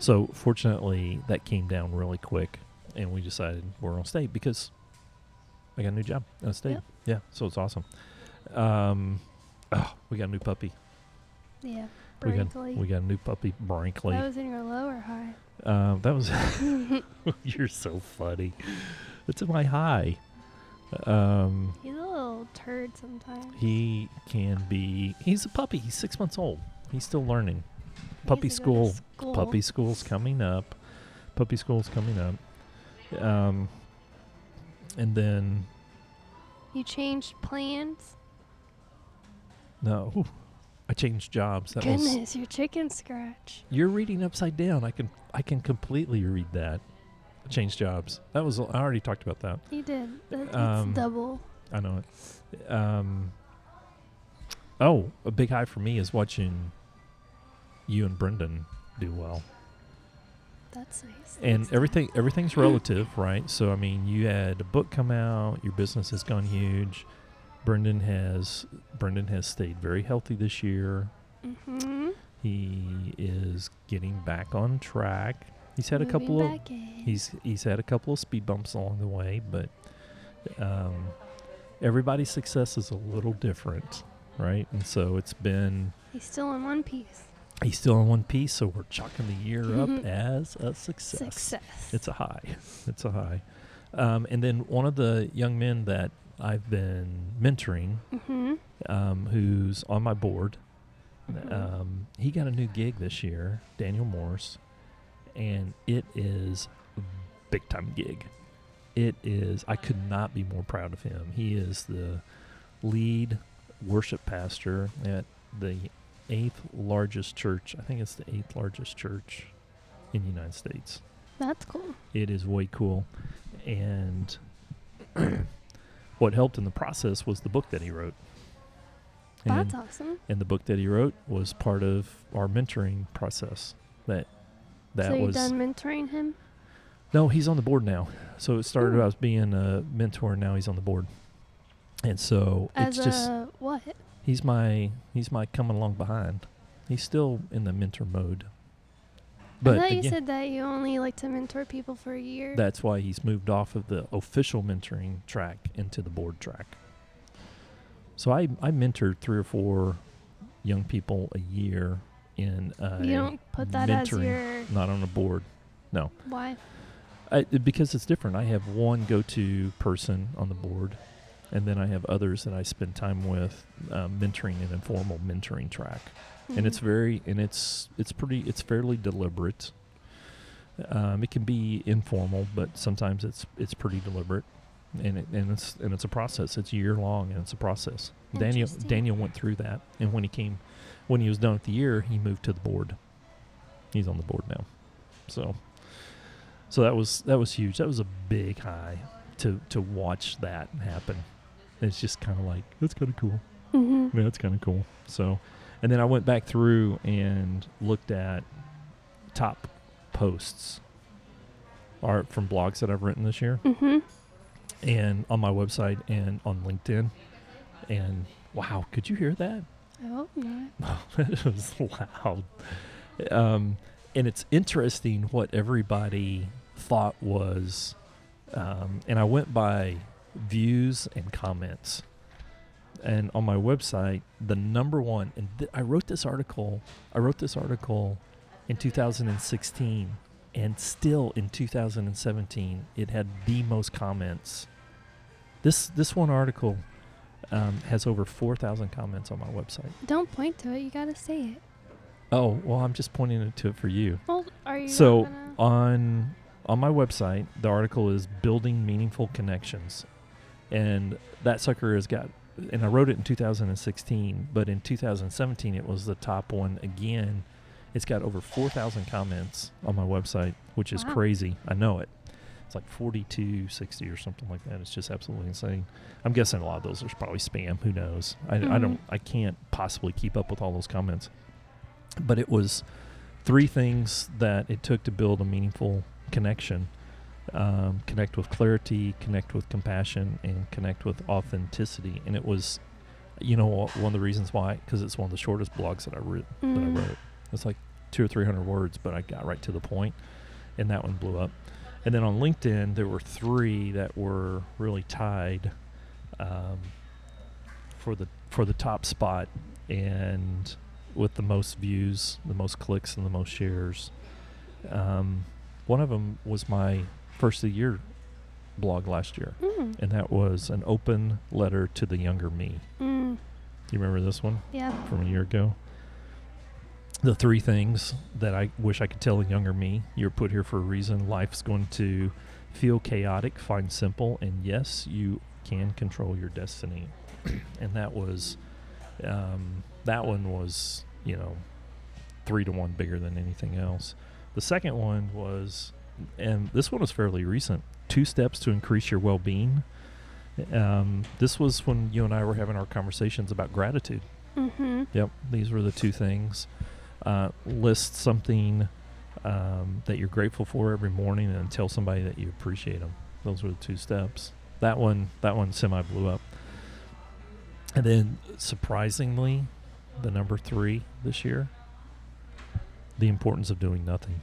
Speaker 1: So fortunately, that came down really quick, and we decided we're gonna stay because I got a new job and I stayed.
Speaker 2: Yep.
Speaker 1: Yeah, so it's awesome. Um, oh, we got a new puppy.
Speaker 2: Yeah.
Speaker 1: We got-
Speaker 2: Brinkley.
Speaker 1: We got a new puppy, Brinkley.
Speaker 2: That was in your low or high.
Speaker 1: Um, that was you're so funny. That's my high. Um,
Speaker 2: He's a little turd sometimes.
Speaker 1: he can be. He's a puppy. He's six months old. He's still learning.
Speaker 2: He
Speaker 1: Puppy
Speaker 2: needs to go to
Speaker 1: school.
Speaker 2: school.
Speaker 1: Puppy school's coming up. Puppy school's coming up. Um, and then
Speaker 2: You changed plans.
Speaker 1: No, Whew. I changed jobs. That was
Speaker 2: Goodness, your chicken scratch.
Speaker 1: You're reading upside down. I can I can completely read that. Change jobs. That was I already talked about that.
Speaker 2: You did. That- That's
Speaker 1: Um,
Speaker 2: double.
Speaker 1: I know it. Um, oh, a big high for me is watching you and Brendan do well.
Speaker 2: That's nice.
Speaker 1: And
Speaker 2: Thanks, Dad.
Speaker 1: everything everything's relative, right? So I mean, you had a book come out, your business has gone huge. Brendan has Brendan has stayed very healthy this year.
Speaker 2: Mhm.
Speaker 1: He is getting back on track. He's had a
Speaker 2: Moving
Speaker 1: couple of
Speaker 2: back in.
Speaker 1: He's he's had a couple of speed bumps along the way, but um, everybody's success is a little different, right? And so it's been
Speaker 2: He's still in one piece.
Speaker 1: he's still in one piece, so we're chalking the year up
Speaker 2: Mhm.
Speaker 1: as a success.
Speaker 2: Success.
Speaker 1: It's a high. It's a high. Um, and then one of the young men that I've been mentoring,
Speaker 2: mm-hmm.
Speaker 1: um, who's on my board,
Speaker 2: Mhm.
Speaker 1: um, he got a new gig this year, Daniel Morse, and it is a big time gig. It is. I could not be more proud of him. He is the lead worship pastor at the eighth largest church. I think it's the eighth largest church in the United States.
Speaker 2: That's cool.
Speaker 1: It is way cool, and what helped in the process was the book that he wrote. And
Speaker 2: That's awesome.
Speaker 1: and the book that he wrote was part of our mentoring process. That that
Speaker 2: so you're
Speaker 1: was
Speaker 2: done mentoring him?
Speaker 1: no, he's on the board now. So it started
Speaker 2: Ooh.
Speaker 1: out as being a mentor, now he's on the board, and so
Speaker 2: As
Speaker 1: it's
Speaker 2: a
Speaker 1: just
Speaker 2: what?
Speaker 1: he's my he's my coming along behind. He's still in the mentor mode, but
Speaker 2: I thought
Speaker 1: again,
Speaker 2: you said that you only like to mentor people for a year.
Speaker 1: that's why he's moved off of the official mentoring track into the board track. So I I mentored three or four young people a year in a
Speaker 2: you don't put that as
Speaker 1: mentoring
Speaker 2: your
Speaker 1: not on a board.
Speaker 2: why.
Speaker 1: I, because it's different. I have one go-to person on the board, and then I have others that I spend time with, um, mentoring an informal mentoring track. And it's very and it's it's pretty it's fairly deliberate. Um, it can be informal, but sometimes it's it's pretty deliberate, and it, and it's and it's a process. It's year long, and it's a process. Daniel
Speaker 2: Interesting.
Speaker 1: Daniel went through that, and when he came, when he was done with the year, he moved to the board. He's on the board now, so so that was that was huge. That was a big high to to watch that happen. It's just kind of like that's kind of cool.
Speaker 2: hmm
Speaker 1: Yeah, that's kind of cool. So, and then I went back through and looked at top posts are from blogs that I've written this year
Speaker 2: hmm
Speaker 1: and on my website and on LinkedIn. And wow, could you hear that?
Speaker 2: I hope not.
Speaker 1: that was loud. Um, and it's interesting what everybody thought was. Um, and I went by views and comments. And on my website, the number one, and th- I wrote this article, I wrote this article in 2016, and still in 2017, it had the most comments. This this one article um, has over 4,000 comments on my website.
Speaker 2: Don't point to it. You gotta say it.
Speaker 1: Oh well, I'm just pointing it to it for you.
Speaker 2: Well, are you? not
Speaker 1: So,
Speaker 2: gonna-
Speaker 1: On on my website, the article is "Building Meaningful Connections," and that sucker has got. And I wrote it in 2016, but in 2017 it was the top one again. It's got over 4,000 comments on my website, which is
Speaker 2: Wow.
Speaker 1: crazy. I know it. It's like 4260 or something like that. It's just absolutely insane. I'm guessing a lot of those are probably spam. Who knows? I, I
Speaker 2: Mhm.
Speaker 1: don't. I can't possibly keep up with all those comments. But it was three things that it took to build a meaningful connection: um, connect with clarity, connect with compassion, and connect with authenticity. And it was, you know, wha- one of the reasons why because it's one of the shortest blogs that I wrote. That I
Speaker 2: Mm.
Speaker 1: wrote. It's like two or three hundred words, but I got right to the point, and that one blew up. And then on LinkedIn, there were three that were really tied um, for the for the top spot, and with the most views, the most clicks, and the most shares. Um, one of them was my first of the year blog last year,
Speaker 2: Mm.
Speaker 1: and that was an open letter to the younger me.
Speaker 2: Mm.
Speaker 1: You remember this one?
Speaker 2: Yeah.
Speaker 1: from a year ago. The three things that I wish I could tell a younger me. You're put here for a reason. Life's going to feel chaotic, find simple, and yes, you can control your destiny. and that was Um, that one was, you know, three to one bigger than anything else. The second one was, and this one was fairly recent two steps to increase your well being. Um, this was when you and I were having our conversations about gratitude.
Speaker 2: Mm-hmm.
Speaker 1: Yep, these were the two things. Uh, list something um, that you're grateful for every morning, and tell somebody that you appreciate them. Those were the two steps. That one, that one, semi blew up. And then, surprisingly, the number three this year, the importance of doing nothing.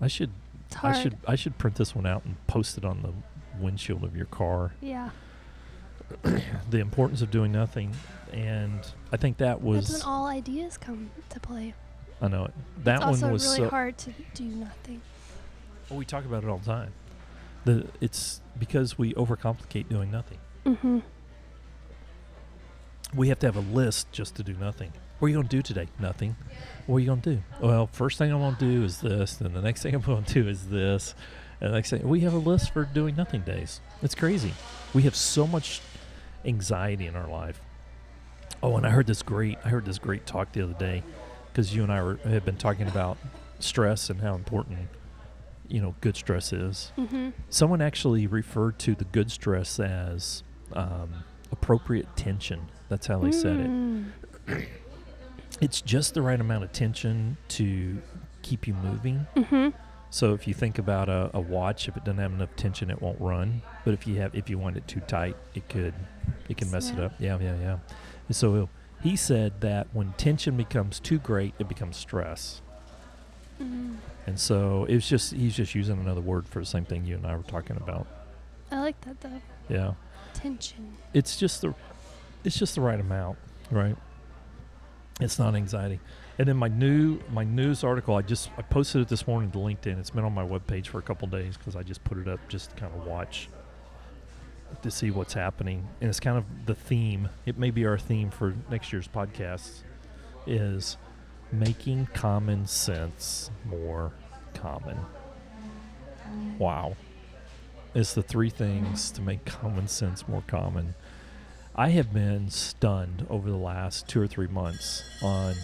Speaker 1: I should,
Speaker 2: It's hard.
Speaker 1: I should, I should print this one out and post it on the windshield of your car
Speaker 2: Yeah.
Speaker 1: the importance of doing nothing and i think that
Speaker 2: That's when
Speaker 1: was
Speaker 2: all ideas come to play.
Speaker 1: i know it that
Speaker 2: it's
Speaker 1: one
Speaker 2: also
Speaker 1: was
Speaker 2: really
Speaker 1: so
Speaker 2: hard to do nothing.
Speaker 1: we talk about it all the time the it's because we overcomplicate doing nothing
Speaker 2: Mm-hmm.
Speaker 1: we have to have a list just to do nothing what are you going to do today nothing what are you going to do well first thing i'm going to do is this and the next thing i'm going to do is this and the next thing we have a list for doing nothing days it's crazy we have so much anxiety in our life oh and i heard this great i heard this great talk the other day because you and i were, had been talking about stress and how important you know good stress is
Speaker 2: Mm-hmm.
Speaker 1: Someone actually referred to the good stress as um, appropriate tension. That's how they said
Speaker 2: Mm.
Speaker 1: it.
Speaker 2: Mm-hmm.
Speaker 1: It's just the right amount of tension to keep you moving.
Speaker 2: Mm-hmm.
Speaker 1: So if you think about a, a watch, if it doesn't have enough tension, it won't run. But if you have, if you want it too tight, it could, it can mess it
Speaker 2: Snap.
Speaker 1: up. Yeah, yeah, yeah. And so he said that when tension becomes too great, it becomes stress.
Speaker 2: Mm.
Speaker 1: And so it was just he's just using another word for the same thing you and I were talking about.
Speaker 2: I like that though.
Speaker 1: Yeah.
Speaker 2: Tension.
Speaker 1: it's just the it's just the right amount right it's not anxiety and then my new my news article i just i posted it this morning to linkedin it's been on my webpage for a couple days because i just put it up just to kind of watch to see what's happening and it's kind of the theme it may be our theme for next year's podcast is making common sense more common wow it's the three things to make common sense more common. I have been stunned over the last two or three months on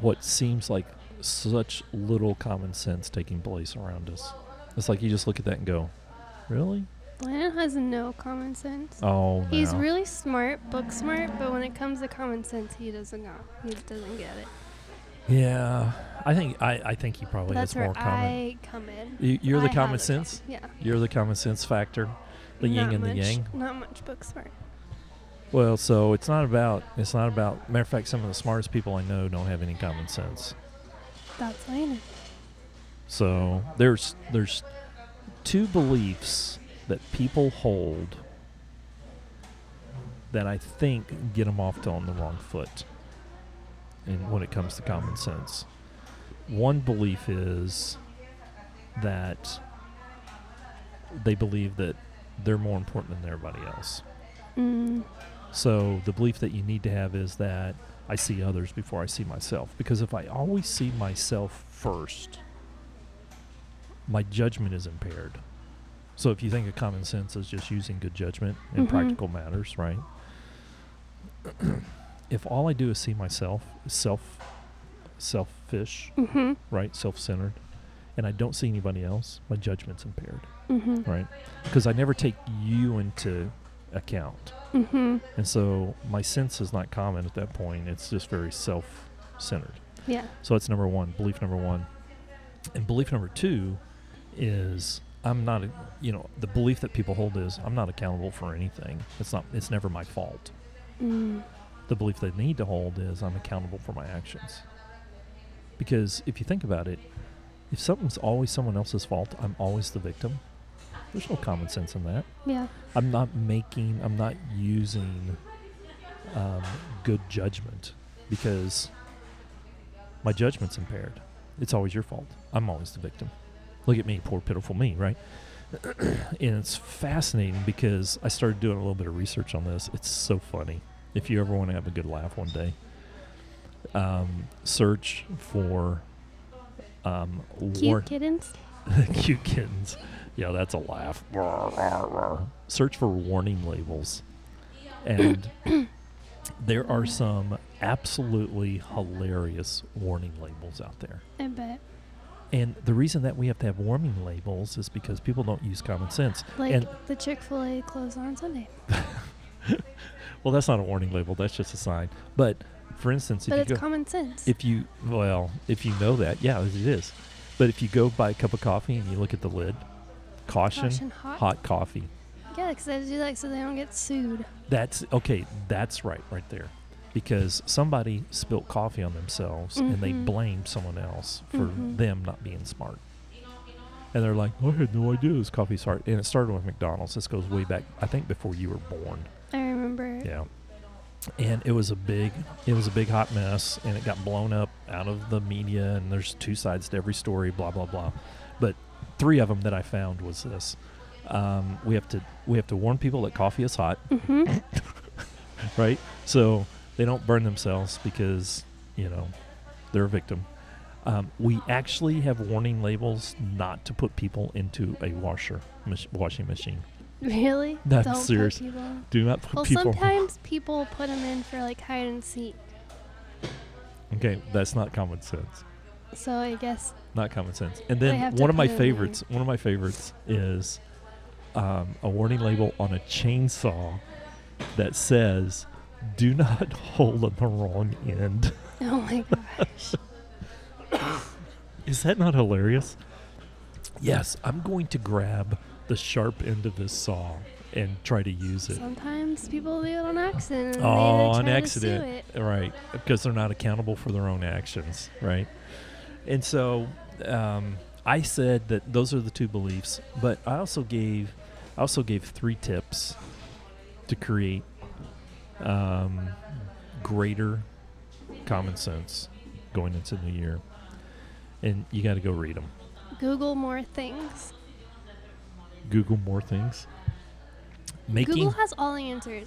Speaker 1: what seems like such little common sense taking place around us. It's like you just look at that and go, "Really?
Speaker 2: Lana has no common sense.
Speaker 1: Oh,
Speaker 2: He's
Speaker 1: no.
Speaker 2: really smart, book smart, but when it comes to common sense, he doesn't know. He doesn't get it.
Speaker 1: yeah." I think I, I think he probably
Speaker 2: That's
Speaker 1: has more
Speaker 2: where
Speaker 1: common.
Speaker 2: I come in.
Speaker 1: You, you're
Speaker 2: I
Speaker 1: the
Speaker 2: have
Speaker 1: common
Speaker 2: it.
Speaker 1: sense.
Speaker 2: Yeah.
Speaker 1: You're the common sense factor, the yin
Speaker 2: Not
Speaker 1: and the
Speaker 2: much-
Speaker 1: yang.
Speaker 2: Not much book smart.
Speaker 1: Well, so it's not about it's not about. Matter of fact, some of the smartest people I know don't have any common sense.
Speaker 2: That's Lana.
Speaker 1: So there's there's two beliefs that people hold that I think get them off to on the wrong foot. And when it comes to common sense, one belief is that they believe that they're more important than everybody else.
Speaker 2: Mm.
Speaker 1: So the belief that you need to have is that I see others before I see myself. Because if I always see myself first, my judgment is impaired. So if you think of common sense as just using good judgment in
Speaker 2: Mhm.
Speaker 1: practical matters, right? if all I do is see myself, self selfish,
Speaker 2: Mm-hmm.
Speaker 1: right? Self-centered, and I don't see anybody else, my judgment's impaired,
Speaker 2: Mm-hmm.
Speaker 1: right? Because I never take you into account.
Speaker 2: Mm-hmm.
Speaker 1: And so my sense is not common at that point. It's just very self centered.
Speaker 2: Yeah.
Speaker 1: So that's number one, belief number one. And belief number two is I'm not, a, you know, the belief that people hold is I'm not accountable for anything. It's not, it's never my fault.
Speaker 2: Mm.
Speaker 1: The belief they need to hold is I'm accountable for my actions. Because if you think about it, if something's always someone else's fault, I'm always the victim. There's no common sense in that.
Speaker 2: Yeah.
Speaker 1: I'm not making, I'm not using um, good judgment because my judgment's impaired. It's always your fault. I'm always the victim. Look at me, poor pitiful me, right? and it's fascinating because I started doing a little bit of research on this. It's so funny. If you ever want to have a good laugh one day, um, search for um,
Speaker 2: Cute
Speaker 1: Warren-
Speaker 2: kittens.
Speaker 1: cute kittens. Yeah, that's a laugh. Search for warning labels. And There are some absolutely hilarious warning labels out there.
Speaker 2: I bet.
Speaker 1: And the reason that we have to have warning labels is because people don't use common sense.
Speaker 2: Like
Speaker 1: and
Speaker 2: the Chick fil A closed on Sunday.
Speaker 1: well, that's not a warning label. That's just a sign. But for instance,
Speaker 2: but
Speaker 1: if
Speaker 2: it's
Speaker 1: you go,
Speaker 2: common sense.
Speaker 1: if you well, if you know that, yeah, it is. But if you go buy a cup of coffee and you look at the lid, caution,
Speaker 2: Caution hot.
Speaker 1: hot coffee.
Speaker 2: Yeah, because they do that so they don't get sued.
Speaker 1: That's okay. That's right, right there, because somebody spilt coffee on themselves and they
Speaker 2: Mhm.
Speaker 1: blame someone else for
Speaker 2: Mhm.
Speaker 1: them not being smart. And they're like, I had no idea this coffee started. And it started with McDonald's. This goes way back, I think, before you were born.
Speaker 2: I remember.
Speaker 1: Yeah. And it was a big, it was a big hot mess, and it got blown up out of the media. And there's two sides to every story, blah blah blah. But three of them that I found was this: um, we have to we have to warn people that coffee is hot,
Speaker 2: hmm
Speaker 1: right? So they don't burn themselves because you know they're a victim. Um, we actually have warning labels not to put people into a washer, mach- washing machine.
Speaker 2: Really?
Speaker 1: That's
Speaker 2: Don't put
Speaker 1: serious.
Speaker 2: people-
Speaker 1: Do not put
Speaker 2: Well,
Speaker 1: people.
Speaker 2: sometimes people put them in for like hide and seek.
Speaker 1: Okay, that's not common sense.
Speaker 2: So I guess
Speaker 1: not common sense. And
Speaker 2: They
Speaker 1: then
Speaker 2: have to
Speaker 1: one of my
Speaker 2: put it in.
Speaker 1: favorites, one of my favorites is um, a warning label on a chainsaw that says, "Do not hold on the wrong end."
Speaker 2: Oh my gosh.
Speaker 1: Is that not hilarious? Yes, I'm going to grab the sharp end of this saw and try to use it.
Speaker 2: Sometimes people do it on accident. And
Speaker 1: Oh,
Speaker 2: they
Speaker 1: on
Speaker 2: try
Speaker 1: accident.
Speaker 2: To sue it.
Speaker 1: Right, because they're not accountable for their own actions, right? And so um, I said that those are the two beliefs, but I also gave I also gave three tips to create um, greater common sense going into the new year, and you got to go read them.
Speaker 2: Google more things.
Speaker 1: Google more things. Making
Speaker 2: Google has all the answers.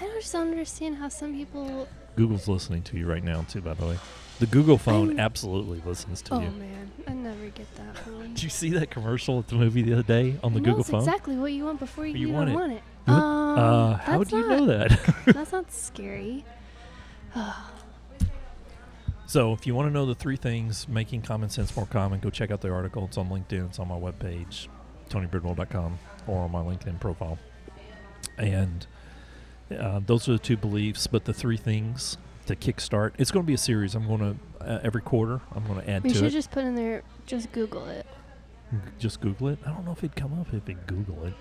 Speaker 2: I don't just don't understand how some people.
Speaker 1: Google's listening to you right now too. By the way, the Google phone
Speaker 2: I'm-
Speaker 1: absolutely listens to
Speaker 2: Oh
Speaker 1: you.
Speaker 2: man, I never get that one.
Speaker 1: Did you see that commercial at the movie the other day on the
Speaker 2: It
Speaker 1: Google
Speaker 2: knows
Speaker 1: phone?
Speaker 2: exactly what you want before you,
Speaker 1: You
Speaker 2: even
Speaker 1: want
Speaker 2: want
Speaker 1: it.
Speaker 2: it.
Speaker 1: What?
Speaker 2: Um,
Speaker 1: uh, how
Speaker 2: that's
Speaker 1: do you
Speaker 2: not-
Speaker 1: know that?
Speaker 2: that's not scary.
Speaker 1: so, if you want to know the three things making common sense more common, go check out the article. It's on LinkedIn. It's on my webpage, tonybridwell.com, or on my LinkedIn profile. And uh, those are the two beliefs, but the three things to kickstart. It's going to be a series. I'm going to uh, every quarter. I'm going to add
Speaker 2: We
Speaker 1: to
Speaker 2: should
Speaker 1: it.
Speaker 2: just put in there. Just Google it.
Speaker 1: G- Just Google it. I don't know if it'd come up if it Google it.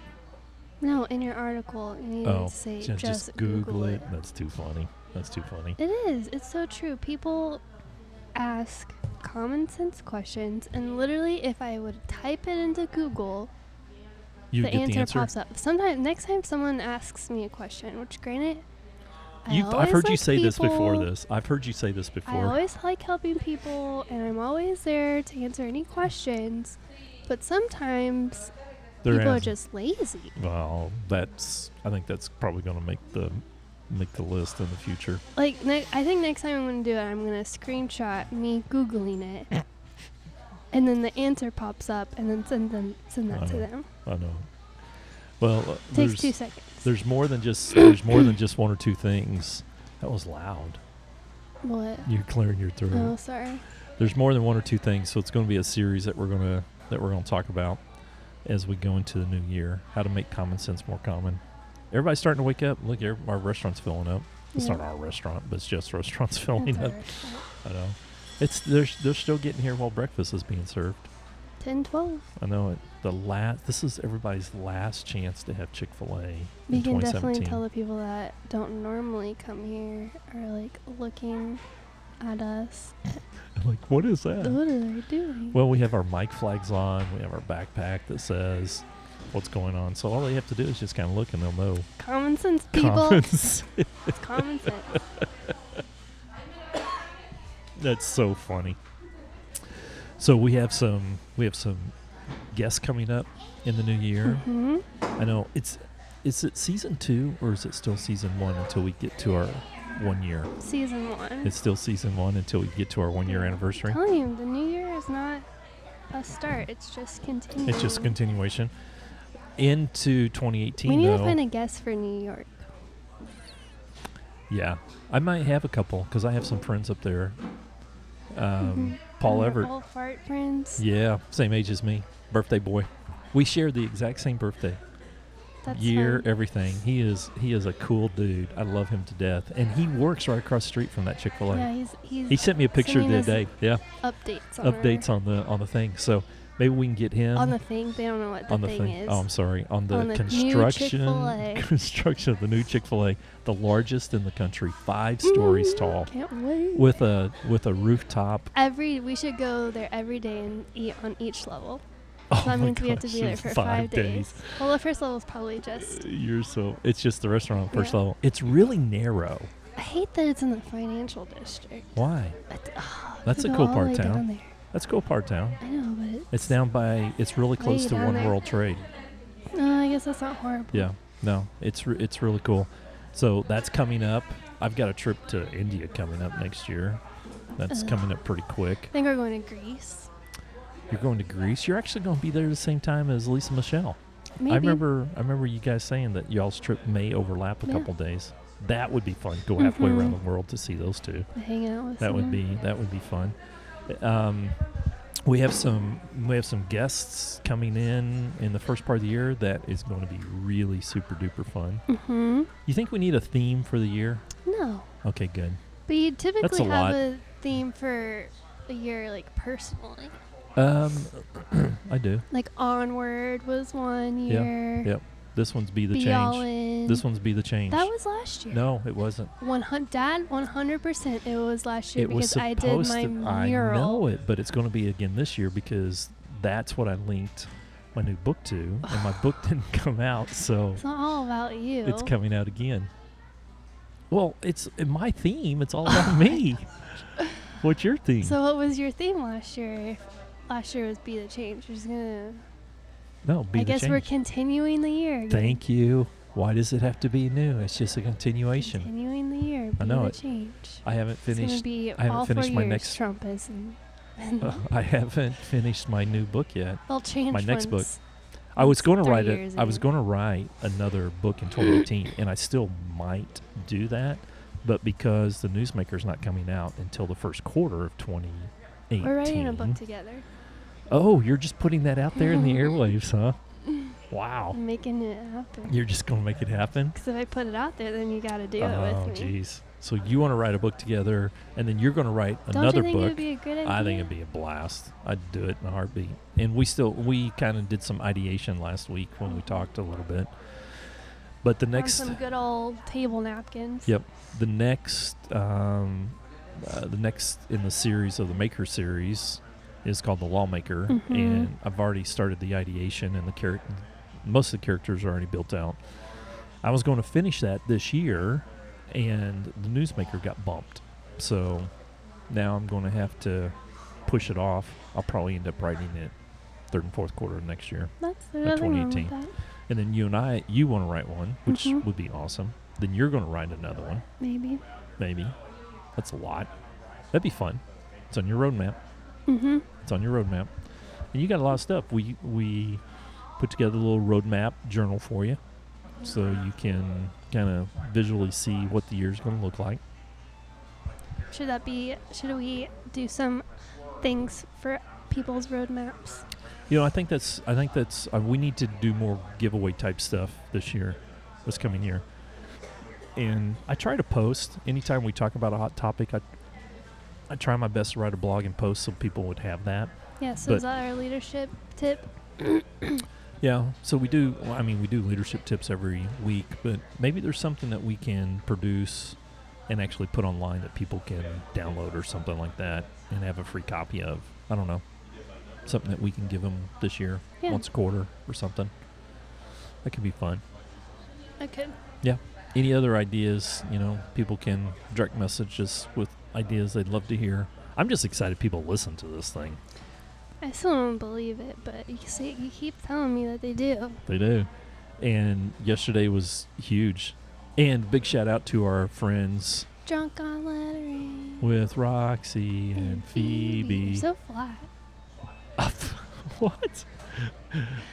Speaker 2: No, in your article, you need
Speaker 1: Oh,
Speaker 2: to say
Speaker 1: ju-
Speaker 2: just, Google it.
Speaker 1: That's too funny. That's too funny.
Speaker 2: It is. It's so true. People ask common sense questions, and literally, if I would type it into Google,
Speaker 1: You
Speaker 2: the
Speaker 1: get
Speaker 2: answer,
Speaker 1: the answer.
Speaker 2: pops up. Sometimes, next time someone asks me a question, which granted, I
Speaker 1: You've, I've
Speaker 2: always
Speaker 1: heard you
Speaker 2: like
Speaker 1: say this before
Speaker 2: people-
Speaker 1: this. I've heard you say this
Speaker 2: I
Speaker 1: before.
Speaker 2: always like helping people, and I'm always there to answer any questions. But sometimes
Speaker 1: They're
Speaker 2: people are
Speaker 1: asking-
Speaker 2: just lazy.
Speaker 1: Well, that's. I think that's probably going to make the make the list in the future.
Speaker 2: Like, ne- I think next time I'm going to do it, I'm going to screenshot me Googling it. And then the answer pops up, and then send them send that to
Speaker 1: Oh.
Speaker 2: them.
Speaker 1: I know. Well, uh,
Speaker 2: Takes two
Speaker 1: there's
Speaker 2: seconds.
Speaker 1: there's more than just there's more than just one or two things. That was loud.
Speaker 2: What?
Speaker 1: You're clearing your throat.
Speaker 2: Oh, sorry.
Speaker 1: There's more than one or two things, so it's going to be a series that we're going to that we're going to talk about as we go into the new year. How to make common sense more common. Everybody's starting to wake up. Look, here, our restaurant's filling up. It's
Speaker 2: Yeah.
Speaker 1: not our restaurant, but it's just restaurants
Speaker 2: That's
Speaker 1: filling up.
Speaker 2: alright.
Speaker 1: I know. It's they're they're still getting here while breakfast is being served.
Speaker 2: 10, 12.
Speaker 1: I know it. The last this is everybody's last chance to have Chick Fil A in
Speaker 2: We can definitely
Speaker 1: 2017.
Speaker 2: tell the people that don't normally come here are like looking at us.
Speaker 1: like what is that?
Speaker 2: What are they doing?
Speaker 1: Well, we have our mic flags on. We have our backpack that says what's going on. So all they have to do is just kind of look, and they'll know.
Speaker 2: common sense, people.
Speaker 1: Common sense.
Speaker 2: It's common sense.
Speaker 1: That's so funny. So we have some we have some guests coming up in the new year.
Speaker 2: hmm
Speaker 1: I know it's is it season two or is it still season one until we get to our one year?
Speaker 2: Season one.
Speaker 1: It's still season one until we get to our one year
Speaker 2: I'm
Speaker 1: anniversary.
Speaker 2: telling you, the new year is not a start. It's just continuing.
Speaker 1: It's just continuation into 2018.
Speaker 2: We need
Speaker 1: though,
Speaker 2: to find a guest for New York.
Speaker 1: Yeah, I might have a couple because I have some friends up there. Um, Paul
Speaker 2: We're
Speaker 1: Everett.
Speaker 2: All fart friends.
Speaker 1: Yeah, same age as me. Birthday boy. We share the exact same birthday.
Speaker 2: That's
Speaker 1: year,
Speaker 2: fun.
Speaker 1: everything. He is he is a cool dude. I love him to death. And he works right across the street from that Chick fil A.
Speaker 2: Yeah, he's he's
Speaker 1: He sent me a picture
Speaker 2: sending
Speaker 1: the
Speaker 2: us
Speaker 1: other day. Yeah.
Speaker 2: updates on our-
Speaker 1: Updates on the on the thing. So maybe we can get him
Speaker 2: on the thing. They don't know what the,
Speaker 1: on the
Speaker 2: thing, is.
Speaker 1: Oh, I'm sorry. On the
Speaker 2: On the new
Speaker 1: construction
Speaker 2: Chick-fil-A.
Speaker 1: construction of the new Chick fil A, the largest in the country, five stories
Speaker 2: Mm,
Speaker 1: tall.
Speaker 2: Can't wait.
Speaker 1: With a with a rooftop.
Speaker 2: every we should go there every day and eat on each level.
Speaker 1: Oh
Speaker 2: So that
Speaker 1: my
Speaker 2: means we have to
Speaker 1: gosh,
Speaker 2: be there
Speaker 1: in
Speaker 2: for
Speaker 1: five,
Speaker 2: days. Well, the first level is probably just.
Speaker 1: You're so it's just the restaurant on first
Speaker 2: Yeah.
Speaker 1: level. It's really narrow.
Speaker 2: I hate that it's in the financial district.
Speaker 1: Why?
Speaker 2: But, oh,
Speaker 1: That's
Speaker 2: to
Speaker 1: a
Speaker 2: go
Speaker 1: cool
Speaker 2: all
Speaker 1: part
Speaker 2: the way
Speaker 1: town.
Speaker 2: down there.
Speaker 1: That's cool part town.
Speaker 2: I know, but it's,
Speaker 1: It's down by. It's really
Speaker 2: Way
Speaker 1: close to
Speaker 2: down
Speaker 1: One
Speaker 2: there.
Speaker 1: World Trade.
Speaker 2: No, I guess that's not horrible.
Speaker 1: Yeah. No, it's re- it's really cool. So that's coming up. I've got a trip to India coming up next year. That's
Speaker 2: Ugh.
Speaker 1: coming up pretty quick.
Speaker 2: I think we're going to Greece.
Speaker 1: You're going to Greece. You're actually going to be there the same time as Lisa Michelle.
Speaker 2: Maybe.
Speaker 1: I remember. I remember you guys saying that y'all's trip may overlap a
Speaker 2: Yeah.
Speaker 1: couple days. That would be fun. Go halfway
Speaker 2: Mhm.
Speaker 1: around the world to see those two.
Speaker 2: Hang out with
Speaker 1: That would
Speaker 2: someone.
Speaker 1: be that would be fun. Um, we have some we have some guests coming in in the first part of the year that is going to be really super duper fun.
Speaker 2: Mhm.
Speaker 1: You think we need a theme for the year?
Speaker 2: No,
Speaker 1: Okay, good.
Speaker 2: but you typically have
Speaker 1: lot.
Speaker 2: a theme for a year, like personally.
Speaker 1: Um, I do.
Speaker 2: Like onward was one
Speaker 1: Yeah,
Speaker 2: year.
Speaker 1: yep. This one's be the
Speaker 2: Be
Speaker 1: change.
Speaker 2: all in.
Speaker 1: This one's be the change.
Speaker 2: That was last year.
Speaker 1: no, it wasn't.
Speaker 2: One hun- Dad, one hundred percent. It was last year
Speaker 1: It was
Speaker 2: because I
Speaker 1: supposed
Speaker 2: did my
Speaker 1: to.
Speaker 2: mural.
Speaker 1: I know it, but it's going to be again this year because that's what I linked my new book to, and my book didn't come out, so
Speaker 2: It's not all about you.
Speaker 1: It's coming out again. Well, it's uh, my theme. It's all about me. What's your theme?
Speaker 2: Oh So what was your theme last year? If last year was be the change. We're just gonna.
Speaker 1: no, be
Speaker 2: I
Speaker 1: the
Speaker 2: guess we're
Speaker 1: change.
Speaker 2: continuing the year. again.
Speaker 1: Thank you. Why does it have to be new? It's just a continuation.
Speaker 2: Continuing the year. Be
Speaker 1: know
Speaker 2: the
Speaker 1: it.
Speaker 2: change.
Speaker 1: I haven't
Speaker 2: It's gonna
Speaker 1: finished.
Speaker 2: be
Speaker 1: haven't
Speaker 2: all
Speaker 1: finished
Speaker 2: four
Speaker 1: my
Speaker 2: years
Speaker 1: next-
Speaker 2: Trump is and, and
Speaker 1: uh, I haven't finished my new book yet.
Speaker 2: they'll change
Speaker 1: my next book.
Speaker 2: once.
Speaker 1: I was
Speaker 2: It's
Speaker 1: going to
Speaker 2: three
Speaker 1: write it.
Speaker 2: years
Speaker 1: I was
Speaker 2: again.
Speaker 1: going to write another book in 2018, and I still might do that, but because the newsmaker's not coming out until the first quarter of 2018.
Speaker 2: We're writing a book together.
Speaker 1: Oh, you're just putting that out there in the airwaves, huh? Wow.
Speaker 2: I'm making it happen.
Speaker 1: You're just going to make it happen?
Speaker 2: Because if I put it out there, then you got to do it
Speaker 1: oh,
Speaker 2: with me.
Speaker 1: jeez. So you want to write a book together, and then you're going to write
Speaker 2: Don't
Speaker 1: another
Speaker 2: you think
Speaker 1: book.
Speaker 2: it'd be a good idea?
Speaker 1: I think it'd be a blast. I'd do it in a heartbeat. And we still, we kind of did some ideation last week when we talked a little bit. But the
Speaker 2: On
Speaker 1: next,
Speaker 2: some good old table napkins.
Speaker 1: Yep. the next, um, uh, the next in the series of the Maker series is called The Lawmaker.
Speaker 2: Mhm.
Speaker 1: And I've already started the ideation, and the character, most of the characters are already built out. I was going to finish that this year, and the newsmaker got bumped. So now I'm going to have to push it off. I'll probably end up writing it third and fourth quarter of next year.
Speaker 2: That's there's nothing wrong with
Speaker 1: 2018.
Speaker 2: that.
Speaker 1: And then you and I, you want to write one, which
Speaker 2: Mhm.
Speaker 1: would be awesome. Then you're going to write another one,
Speaker 2: Maybe.
Speaker 1: maybe. That's a lot. That'd be fun. It's on your roadmap.
Speaker 2: Mm-hmm.
Speaker 1: It's on your roadmap. And you got a lot of stuff. We we put together a little roadmap journal for you, so you can kind of visually see what the year's going to look like.
Speaker 2: Should that be? Should we do some things for people's roadmaps?
Speaker 1: You know, I think that's I think that's uh, we need to do more giveaway type stuff this year, this coming year. And I try to post anytime we talk about a hot topic. I I try my best to write a blog and post so people would have that.
Speaker 2: Yeah. So is
Speaker 1: But-
Speaker 2: that our leadership tip?
Speaker 1: Yeah, so we do. well, I mean, we do leadership tips every week, but maybe there's something that we can produce and actually put online that people can download or something like that and have a free copy of. I don't know, something that we can give them this year,
Speaker 2: Yeah.
Speaker 1: once a quarter or something. That could be fun.
Speaker 2: Okay.
Speaker 1: Any other ideas? You know, people can direct message us with ideas they'd love to hear. I'm just excited people listen to this thing.
Speaker 2: I still don't believe it, but you see, you keep telling me that they do.
Speaker 1: They do. And yesterday was huge. And big shout out to our friends
Speaker 2: Drunk on lettering.
Speaker 1: with
Speaker 2: Mm-hmm.
Speaker 1: Roxy and Phoebe.
Speaker 2: So flat.
Speaker 1: what?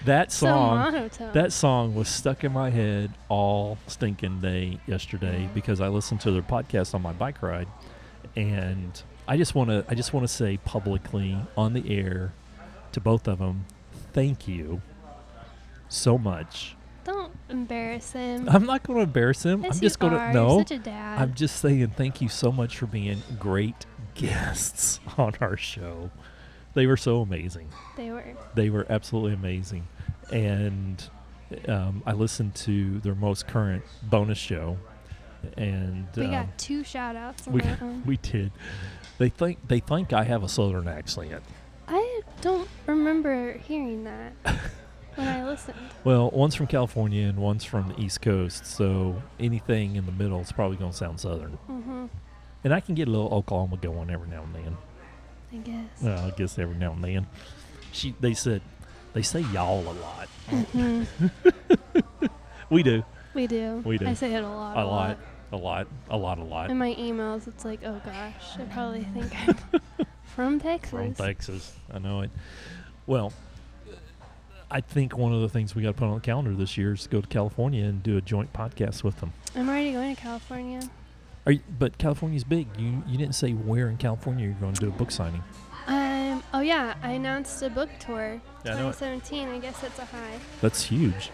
Speaker 1: that song.
Speaker 2: So monotone.
Speaker 1: That song was stuck in my head all stinking day yesterday because I listened to their podcast on my bike ride, and I just want to I just want to say publicly on the air to both of them, thank you so much.
Speaker 2: Don't embarrass him.
Speaker 1: I'm not going to embarrass him.
Speaker 2: Yes,
Speaker 1: I'm
Speaker 2: you
Speaker 1: just going
Speaker 2: are.
Speaker 1: to
Speaker 2: You're
Speaker 1: no.
Speaker 2: such a dad.
Speaker 1: I'm just saying thank you so much for being great guests on our show. They were so amazing
Speaker 2: they were.
Speaker 1: they were absolutely amazing and um, i listened to their most current bonus show and
Speaker 2: We
Speaker 1: um,
Speaker 2: got two shout outs on
Speaker 1: we,
Speaker 2: that one.
Speaker 1: we did they think they think i have a southern accent
Speaker 2: I don't remember hearing that when I listened.
Speaker 1: well one's from california and one's from the east coast so anything in the middle is probably going to sound southern
Speaker 2: Mm-hmm.
Speaker 1: and i can get a little oklahoma going every now and then
Speaker 2: I guess.
Speaker 1: well, i guess every now and then she they said they say y'all a lot
Speaker 2: Mhm.
Speaker 1: we do
Speaker 2: we do.
Speaker 1: We do.
Speaker 2: I say it a lot.
Speaker 1: a lot a lot a lot a lot
Speaker 2: In my emails, it's like, oh gosh, I probably think I'm from Texas.
Speaker 1: From Texas. I know it. Well, I think one of the things we got to put on the calendar this year is to go to California and do a joint podcast with them.
Speaker 2: I'm already going to California.
Speaker 1: Are you, but California's big. You you didn't say where in California you're going to do a book signing.
Speaker 2: Um. Oh yeah, I announced a book tour.
Speaker 1: Yeah, I know it.
Speaker 2: 2017. I, guess that's a high.
Speaker 1: That's huge.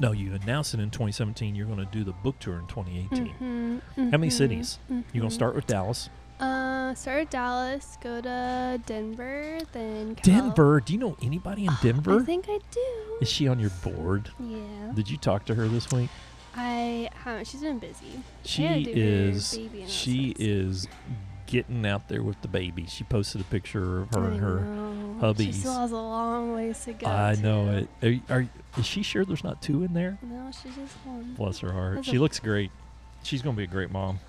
Speaker 1: No, you announced it in 2017. You're going to do the book tour in 2018.
Speaker 2: Mhm,
Speaker 1: How many
Speaker 2: mhm,
Speaker 1: cities? You're going
Speaker 2: mhm.
Speaker 1: to start with Dallas,
Speaker 2: Uh, start at Dallas, go to Denver, then Cal-
Speaker 1: Denver. Do you know anybody in Denver?
Speaker 2: I think I do.
Speaker 1: Is she on your board?
Speaker 2: yeah.
Speaker 1: Did you talk to her this week?
Speaker 2: I haven't. She's been busy.
Speaker 1: She
Speaker 2: I gotta do her
Speaker 1: is
Speaker 2: baby
Speaker 1: she
Speaker 2: announcements.
Speaker 1: is getting out there with the baby. She posted a picture of her
Speaker 2: I
Speaker 1: and her.
Speaker 2: know. She
Speaker 1: hubbies.
Speaker 2: still has a long ways to go.
Speaker 1: I know
Speaker 2: too.
Speaker 1: it. Are, y- are y- is she sure there's not two in there?
Speaker 2: No, she's just one.
Speaker 1: Bless her heart.
Speaker 2: That's
Speaker 1: She
Speaker 2: a-
Speaker 1: looks great. She's gonna be a great mom.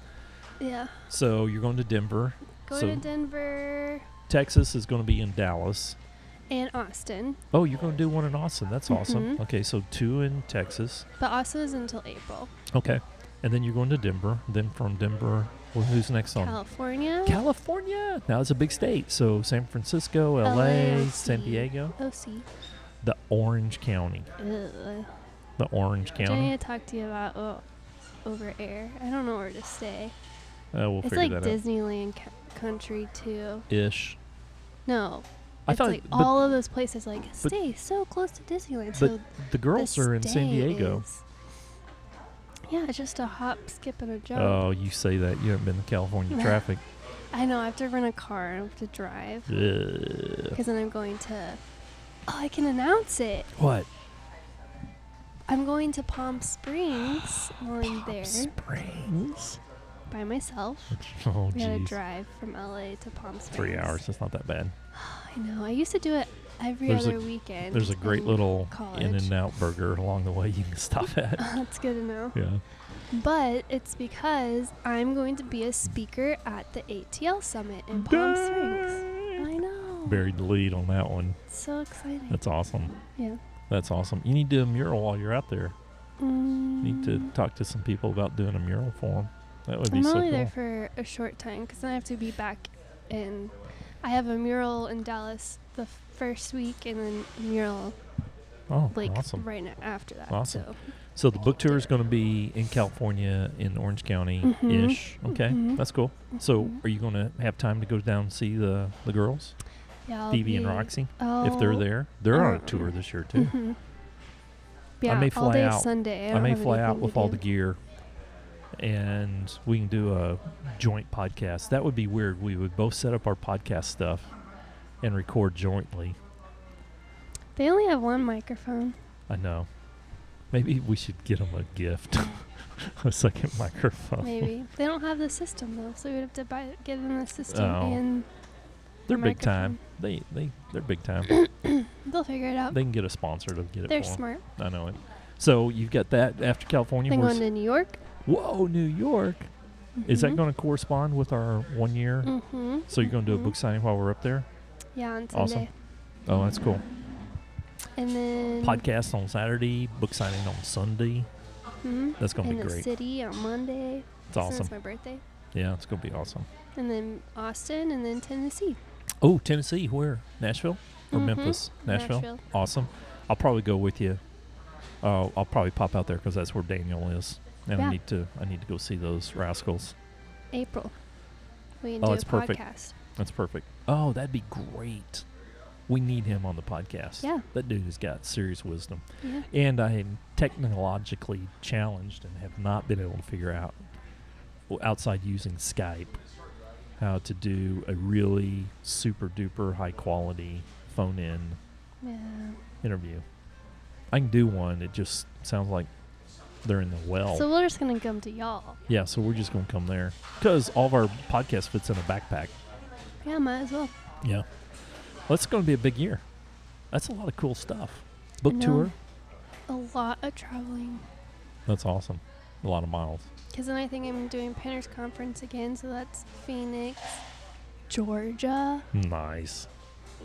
Speaker 2: Yeah.
Speaker 1: So you're going to Denver.
Speaker 2: Go
Speaker 1: So-
Speaker 2: to Denver
Speaker 1: Texas is going to be in Dallas.
Speaker 2: and Austin,
Speaker 1: Oh, you're going to do one in Austin. That's awesome.
Speaker 2: Mhm.
Speaker 1: Okay, so two in Texas.
Speaker 2: but Austin is until April.
Speaker 1: Okay, and then you're going to Denver. Then from Denver, well, who's next on?
Speaker 2: California.
Speaker 1: California. Now it's a big state. So San Francisco, L.A., San
Speaker 2: LAFC.
Speaker 1: Diego,
Speaker 2: OC.
Speaker 1: the Orange County.
Speaker 2: Ugh.
Speaker 1: The Orange
Speaker 2: Do I
Speaker 1: County.
Speaker 2: need to talk to you about oh, over air? I don't know where to stay.
Speaker 1: Uh, we'll
Speaker 2: it's
Speaker 1: figure
Speaker 2: like
Speaker 1: that
Speaker 2: Disneyland co- country too.
Speaker 1: out. Ish.
Speaker 2: No,
Speaker 1: I
Speaker 2: it's
Speaker 1: thought
Speaker 2: like
Speaker 1: but
Speaker 2: all of those places like stay so close to Disneyland.
Speaker 1: but
Speaker 2: so
Speaker 1: the girls
Speaker 2: the
Speaker 1: are in San
Speaker 2: stay
Speaker 1: Diego.
Speaker 2: is- yeah, it's just a hop, skip, and a jump.
Speaker 1: Oh, you say that. You haven't been to California traffic.
Speaker 2: I know. I have to rent a car. I have to drive
Speaker 1: Ugh.
Speaker 2: because then I'm going to. Oh, I can announce it.
Speaker 1: What?
Speaker 2: I'm going to Palm Springs on there
Speaker 1: Springs?
Speaker 2: by myself.
Speaker 1: Oh,
Speaker 2: We had to
Speaker 1: jeez.
Speaker 2: drive from LA to Palm Springs.
Speaker 1: Three hours. That's not that bad.
Speaker 2: I know. I used to do it every
Speaker 1: There's a-
Speaker 2: other weekend.
Speaker 1: There's a great
Speaker 2: in
Speaker 1: little in
Speaker 2: college.
Speaker 1: and out burger along the way you can stop at.
Speaker 2: That's good to know.
Speaker 1: yeah.
Speaker 2: But it's because I'm going to be a speaker at the ATL Summit in Palm Springs. I know.
Speaker 1: Buried the lead on that one.
Speaker 2: So exciting.
Speaker 1: That's awesome.
Speaker 2: yeah.
Speaker 1: That's awesome. You need to do a mural while you're out there.
Speaker 2: Mm,
Speaker 1: Need to talk to some people about doing a mural for them. That would be
Speaker 2: I'm
Speaker 1: so
Speaker 2: only
Speaker 1: cool.
Speaker 2: there for a short time because I have to be back in. I have a mural in Dallas the first week and then a mural
Speaker 1: oh,
Speaker 2: like
Speaker 1: awesome.
Speaker 2: right na- after that.
Speaker 1: Awesome.
Speaker 2: So
Speaker 1: So the book tour is going to be in California, in Orange County ish. Okay,
Speaker 2: Mhm.
Speaker 1: that's cool. So
Speaker 2: Mhm.
Speaker 1: are you going to have time to go down and see the, the girls,
Speaker 2: yeah, I'll
Speaker 1: Phoebe and
Speaker 2: be-
Speaker 1: Roxy,
Speaker 2: I'll,
Speaker 1: if they're there? They're on a
Speaker 2: um,
Speaker 1: tour this year too.
Speaker 2: Mhm. Yeah,
Speaker 1: may
Speaker 2: all
Speaker 1: fly
Speaker 2: day
Speaker 1: out.
Speaker 2: Sunday. I,
Speaker 1: I
Speaker 2: don't
Speaker 1: may
Speaker 2: have
Speaker 1: fly out
Speaker 2: anything to
Speaker 1: with all
Speaker 2: do.
Speaker 1: the gear, and we can do a joint podcast. That would be weird. We would both set up our podcast stuff and record jointly.
Speaker 2: They only have one microphone.
Speaker 1: I know. Maybe we should get them a gift, a second microphone.
Speaker 2: Maybe they don't have the system though, so we'd have to buy give them the system,
Speaker 1: Oh.
Speaker 2: and
Speaker 1: They're
Speaker 2: the
Speaker 1: big time. They they they're big time.
Speaker 2: they'll figure it out.
Speaker 1: They can get a sponsor to get it.
Speaker 2: They're
Speaker 1: for 'em.
Speaker 2: smart.
Speaker 1: I know it. So you've got that after California.
Speaker 2: They're
Speaker 1: we're
Speaker 2: going
Speaker 1: s-
Speaker 2: to New York.
Speaker 1: whoa, New York. Is that going to correspond with our one year?
Speaker 2: Mm-hmm.
Speaker 1: So you're going to do a book signing while we're up there?
Speaker 2: Yeah, on Sunday,
Speaker 1: Awesome. Oh, that's cool.
Speaker 2: and then
Speaker 1: Podcast on Saturday, book signing on Sunday.
Speaker 2: mhm,
Speaker 1: That's going to
Speaker 2: in
Speaker 1: be
Speaker 2: the
Speaker 1: great.
Speaker 2: city on Monday.
Speaker 1: It's awesome.
Speaker 2: It's my birthday,
Speaker 1: Yeah, it's going to be awesome.
Speaker 2: and then Austin, and then Tennessee.
Speaker 1: Oh, Tennessee, where? Nashville? or
Speaker 2: Mhm.
Speaker 1: Memphis, Nashville.
Speaker 2: Nashville.
Speaker 1: Awesome. I'll probably go with you. Uh, I'll probably pop out there because that's where Daniel is, and I
Speaker 2: Yeah.
Speaker 1: need to I need to go see those rascals.
Speaker 2: April. We can
Speaker 1: Oh,
Speaker 2: do
Speaker 1: it's
Speaker 2: a
Speaker 1: perfect.
Speaker 2: podcast.
Speaker 1: That's perfect. Oh, that'd be great. We need him on the podcast.
Speaker 2: Yeah.
Speaker 1: that dude has got serious wisdom,
Speaker 2: Yeah.
Speaker 1: and I am technologically challenged and have not been able to figure out w- outside using Skype how to do a really super duper high quality phone in
Speaker 2: Yeah.
Speaker 1: interview. I can do one. It just sounds like they're in the well.
Speaker 2: So we're just gonna come to y'all.
Speaker 1: yeah, so we're just going to come there because all of our podcast fits in a backpack.
Speaker 2: Yeah, might as well.
Speaker 1: Yeah. Well, it's going to be a big year. That's a lot of cool stuff. Book
Speaker 2: know.
Speaker 1: tour.
Speaker 2: A lot of traveling.
Speaker 1: That's awesome. A lot of miles.
Speaker 2: Because then I think I'm doing Painters Conference again, so that's Phoenix, Georgia.
Speaker 1: Nice.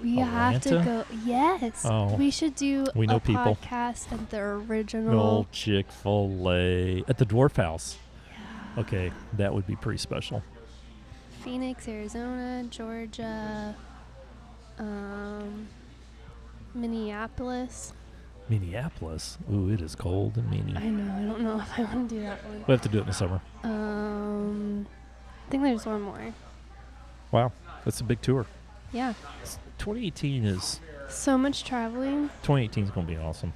Speaker 2: We have
Speaker 1: Atlanta?
Speaker 2: to go. Yes.
Speaker 1: Oh.
Speaker 2: We should do
Speaker 1: We know
Speaker 2: a
Speaker 1: people.
Speaker 2: podcast at the original.
Speaker 1: No Chick fil A at the Dwarf House.
Speaker 2: Yeah.
Speaker 1: Okay, that would be pretty special.
Speaker 2: Phoenix, Arizona, Georgia, um, Minneapolis.
Speaker 1: Minneapolis. Ooh, it is cold and
Speaker 2: I
Speaker 1: mean.
Speaker 2: know. I don't know if I want to do that one.
Speaker 1: We have to do it in the summer.
Speaker 2: Um, I think there's one more.
Speaker 1: Wow. That's a big tour.
Speaker 2: Yeah.
Speaker 1: 2018 is
Speaker 2: So much traveling.
Speaker 1: 2018 is going to be awesome.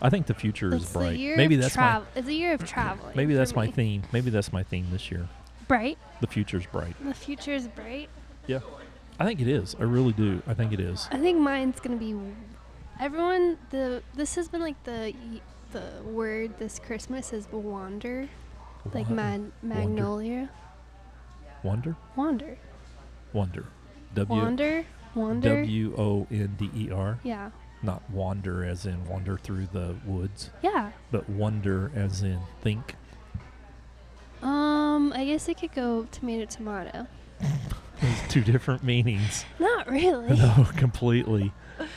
Speaker 1: I think the future
Speaker 2: It's
Speaker 1: is
Speaker 2: the
Speaker 1: bright.
Speaker 2: year
Speaker 1: Maybe
Speaker 2: of
Speaker 1: that's
Speaker 2: travel. It's a year of traveling.
Speaker 1: my maybe
Speaker 2: for
Speaker 1: that's my
Speaker 2: me.
Speaker 1: theme. Maybe that's my theme this year.
Speaker 2: Bright.
Speaker 1: The future's bright.
Speaker 2: The future is bright.
Speaker 1: Yeah. I think it is. I really do. I think it is.
Speaker 2: I think mine's gonna be. Everyone, the this has been like the y- the word this Christmas is wander, like
Speaker 1: Won-
Speaker 2: mag- magnolia,
Speaker 1: wonder,
Speaker 2: wander,
Speaker 1: wonder, W
Speaker 2: wander, wander.
Speaker 1: W O N D E R.
Speaker 2: Yeah,
Speaker 1: Not wander as in wander through the woods,
Speaker 2: yeah.
Speaker 1: but wonder as in think.
Speaker 2: Um, I guess it could go tomato tomato.
Speaker 1: There's two different meanings.
Speaker 2: Not really.
Speaker 1: no, completely.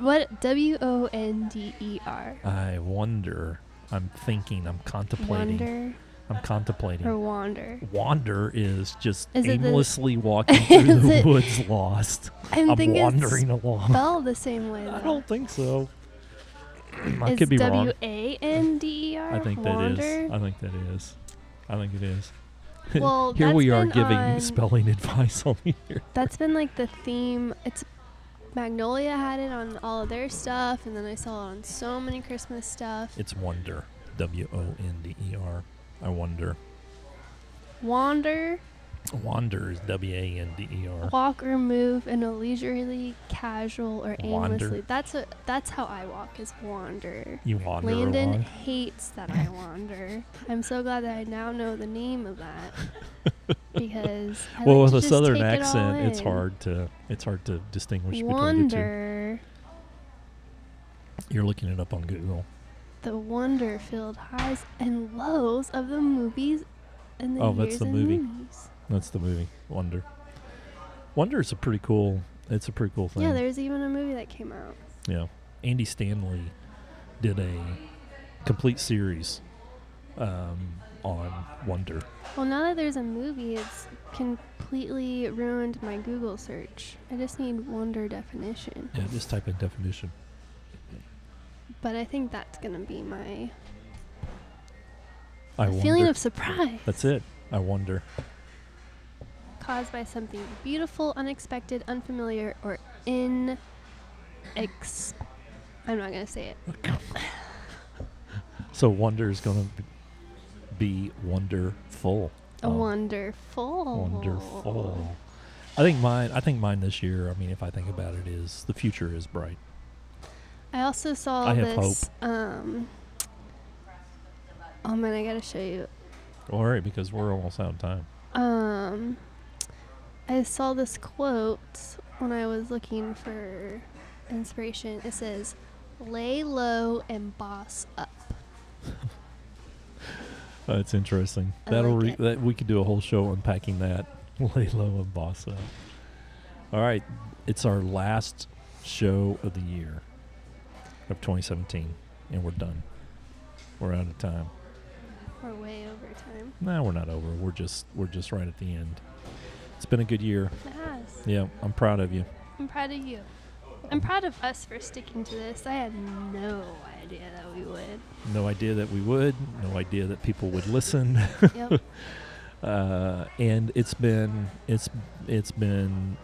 Speaker 2: What W O N D E R.
Speaker 1: I wonder. I'm thinking. I'm contemplating.
Speaker 2: Wander
Speaker 1: I'm contemplating.
Speaker 2: or wander.
Speaker 1: wander is just
Speaker 2: Is it the-
Speaker 1: aimlessly walking through
Speaker 2: Is
Speaker 1: the
Speaker 2: it-
Speaker 1: woods lost.
Speaker 2: I
Speaker 1: I'm
Speaker 2: think
Speaker 1: wandering
Speaker 2: it's
Speaker 1: along.
Speaker 2: spelled the same way. Though.
Speaker 1: I don't think so. I
Speaker 2: It's
Speaker 1: could be
Speaker 2: W
Speaker 1: wrong.
Speaker 2: A N D E R.
Speaker 1: I think that
Speaker 2: wander.
Speaker 1: is. I think that is. I think it is.
Speaker 2: Well,
Speaker 1: Here we
Speaker 2: that's
Speaker 1: are
Speaker 2: been
Speaker 1: giving
Speaker 2: on-
Speaker 1: spelling advice on here.
Speaker 2: That's been like the theme. It's Magnolia had it on all of their stuff, and then I saw it on so many Christmas stuff.
Speaker 1: It's wonder. W O N D E R. I wonder.
Speaker 2: Wander,
Speaker 1: Wander is W A N D E R.
Speaker 2: walk or move in a leisurely, casual, or
Speaker 1: Wander.
Speaker 2: aimlessly. That's what. That's how I walk is wander.
Speaker 1: You wander
Speaker 2: Landon
Speaker 1: along.
Speaker 2: hates that I wander. I'm so glad that I now know the name of that because I
Speaker 1: well, with
Speaker 2: like to
Speaker 1: a
Speaker 2: just
Speaker 1: southern
Speaker 2: take it all
Speaker 1: accent, it's
Speaker 2: in.
Speaker 1: hard to it's hard to distinguish between the two.
Speaker 2: Wander,
Speaker 1: You're looking it up on Google.
Speaker 2: the wonder-filled highs and lows of the movies and the
Speaker 1: Oh,
Speaker 2: years
Speaker 1: that's the
Speaker 2: and
Speaker 1: movie.
Speaker 2: moons.
Speaker 1: That's the movie Wonder. Wonder is a pretty cool. It's a pretty cool thing.
Speaker 2: Yeah, there's even a movie that came out.
Speaker 1: Yeah. Andy Stanley did a complete series um, on Wonder.
Speaker 2: Well, now that there's a movie, it's completely ruined my Google search. I just need wonder definition,
Speaker 1: Yeah, just type in definition.
Speaker 2: but I think that's gonna be my
Speaker 1: I
Speaker 2: feeling
Speaker 1: wonder.
Speaker 2: of surprise.
Speaker 1: That's it. I wonder.
Speaker 2: caused by something beautiful, unexpected, unfamiliar, or in. Ex- I'm not gonna say it.
Speaker 1: So Wonder is going to be wonderful.
Speaker 2: A
Speaker 1: Oh,
Speaker 2: wonderful.
Speaker 1: Wonderful. I think mine. I think mine this year. I mean, if I think about it, is the future is bright.
Speaker 2: I also saw
Speaker 1: I have
Speaker 2: this. Um. Oh man, I gotta show you.
Speaker 1: All right, because we're almost out of time.
Speaker 2: Um. I saw this quote when I was looking for inspiration. It says, "Lay low and boss up."
Speaker 1: That's interesting.
Speaker 2: I
Speaker 1: That'll
Speaker 2: like
Speaker 1: re-
Speaker 2: it.
Speaker 1: that we could do a whole show unpacking that. Lay low and boss up. All right, it's our last show of the year of 2017, and we're done. We're out of time.
Speaker 2: We're way over time.
Speaker 1: No, we're not over. We're just we're just right at the end. It's been a good year.
Speaker 2: It has.
Speaker 1: Yeah, I'm proud of you.
Speaker 2: I'm proud of you. I'm proud of us for sticking to this. I had no idea that we would.
Speaker 1: No idea that we would. No idea that people would listen.
Speaker 2: Yep.
Speaker 1: Uh, and it's been it's it's been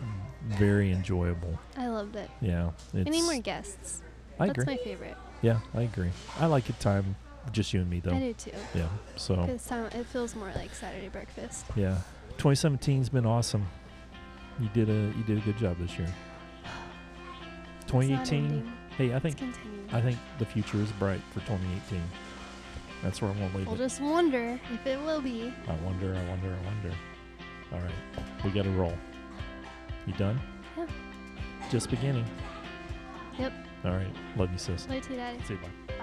Speaker 1: very enjoyable.
Speaker 2: I loved it.
Speaker 1: Yeah. It's,
Speaker 2: Any more guests?
Speaker 1: I
Speaker 2: That's
Speaker 1: agree.
Speaker 2: my favorite.
Speaker 1: yeah, I agree. I like it time just you and me
Speaker 2: I
Speaker 1: though.
Speaker 2: do too.
Speaker 1: Yeah. So
Speaker 2: Because it feels more like Saturday breakfast.
Speaker 1: yeah, 2017's been awesome. You did a you did a good job this year.
Speaker 2: It's not
Speaker 1: 2018.
Speaker 2: ending.
Speaker 1: Hey, I
Speaker 2: It's
Speaker 1: think
Speaker 2: continuing.
Speaker 1: I think the future is bright for 2018. That's where I'm gonna leave
Speaker 2: We'll
Speaker 1: it.
Speaker 2: just wonder if it will be.
Speaker 1: I wonder, I wonder, I wonder. All right, we got to roll. You done?
Speaker 2: Yeah.
Speaker 1: Just beginning.
Speaker 2: Yep.
Speaker 1: All right, love you, sis.
Speaker 2: Later, Daddy.
Speaker 1: See you. Bye.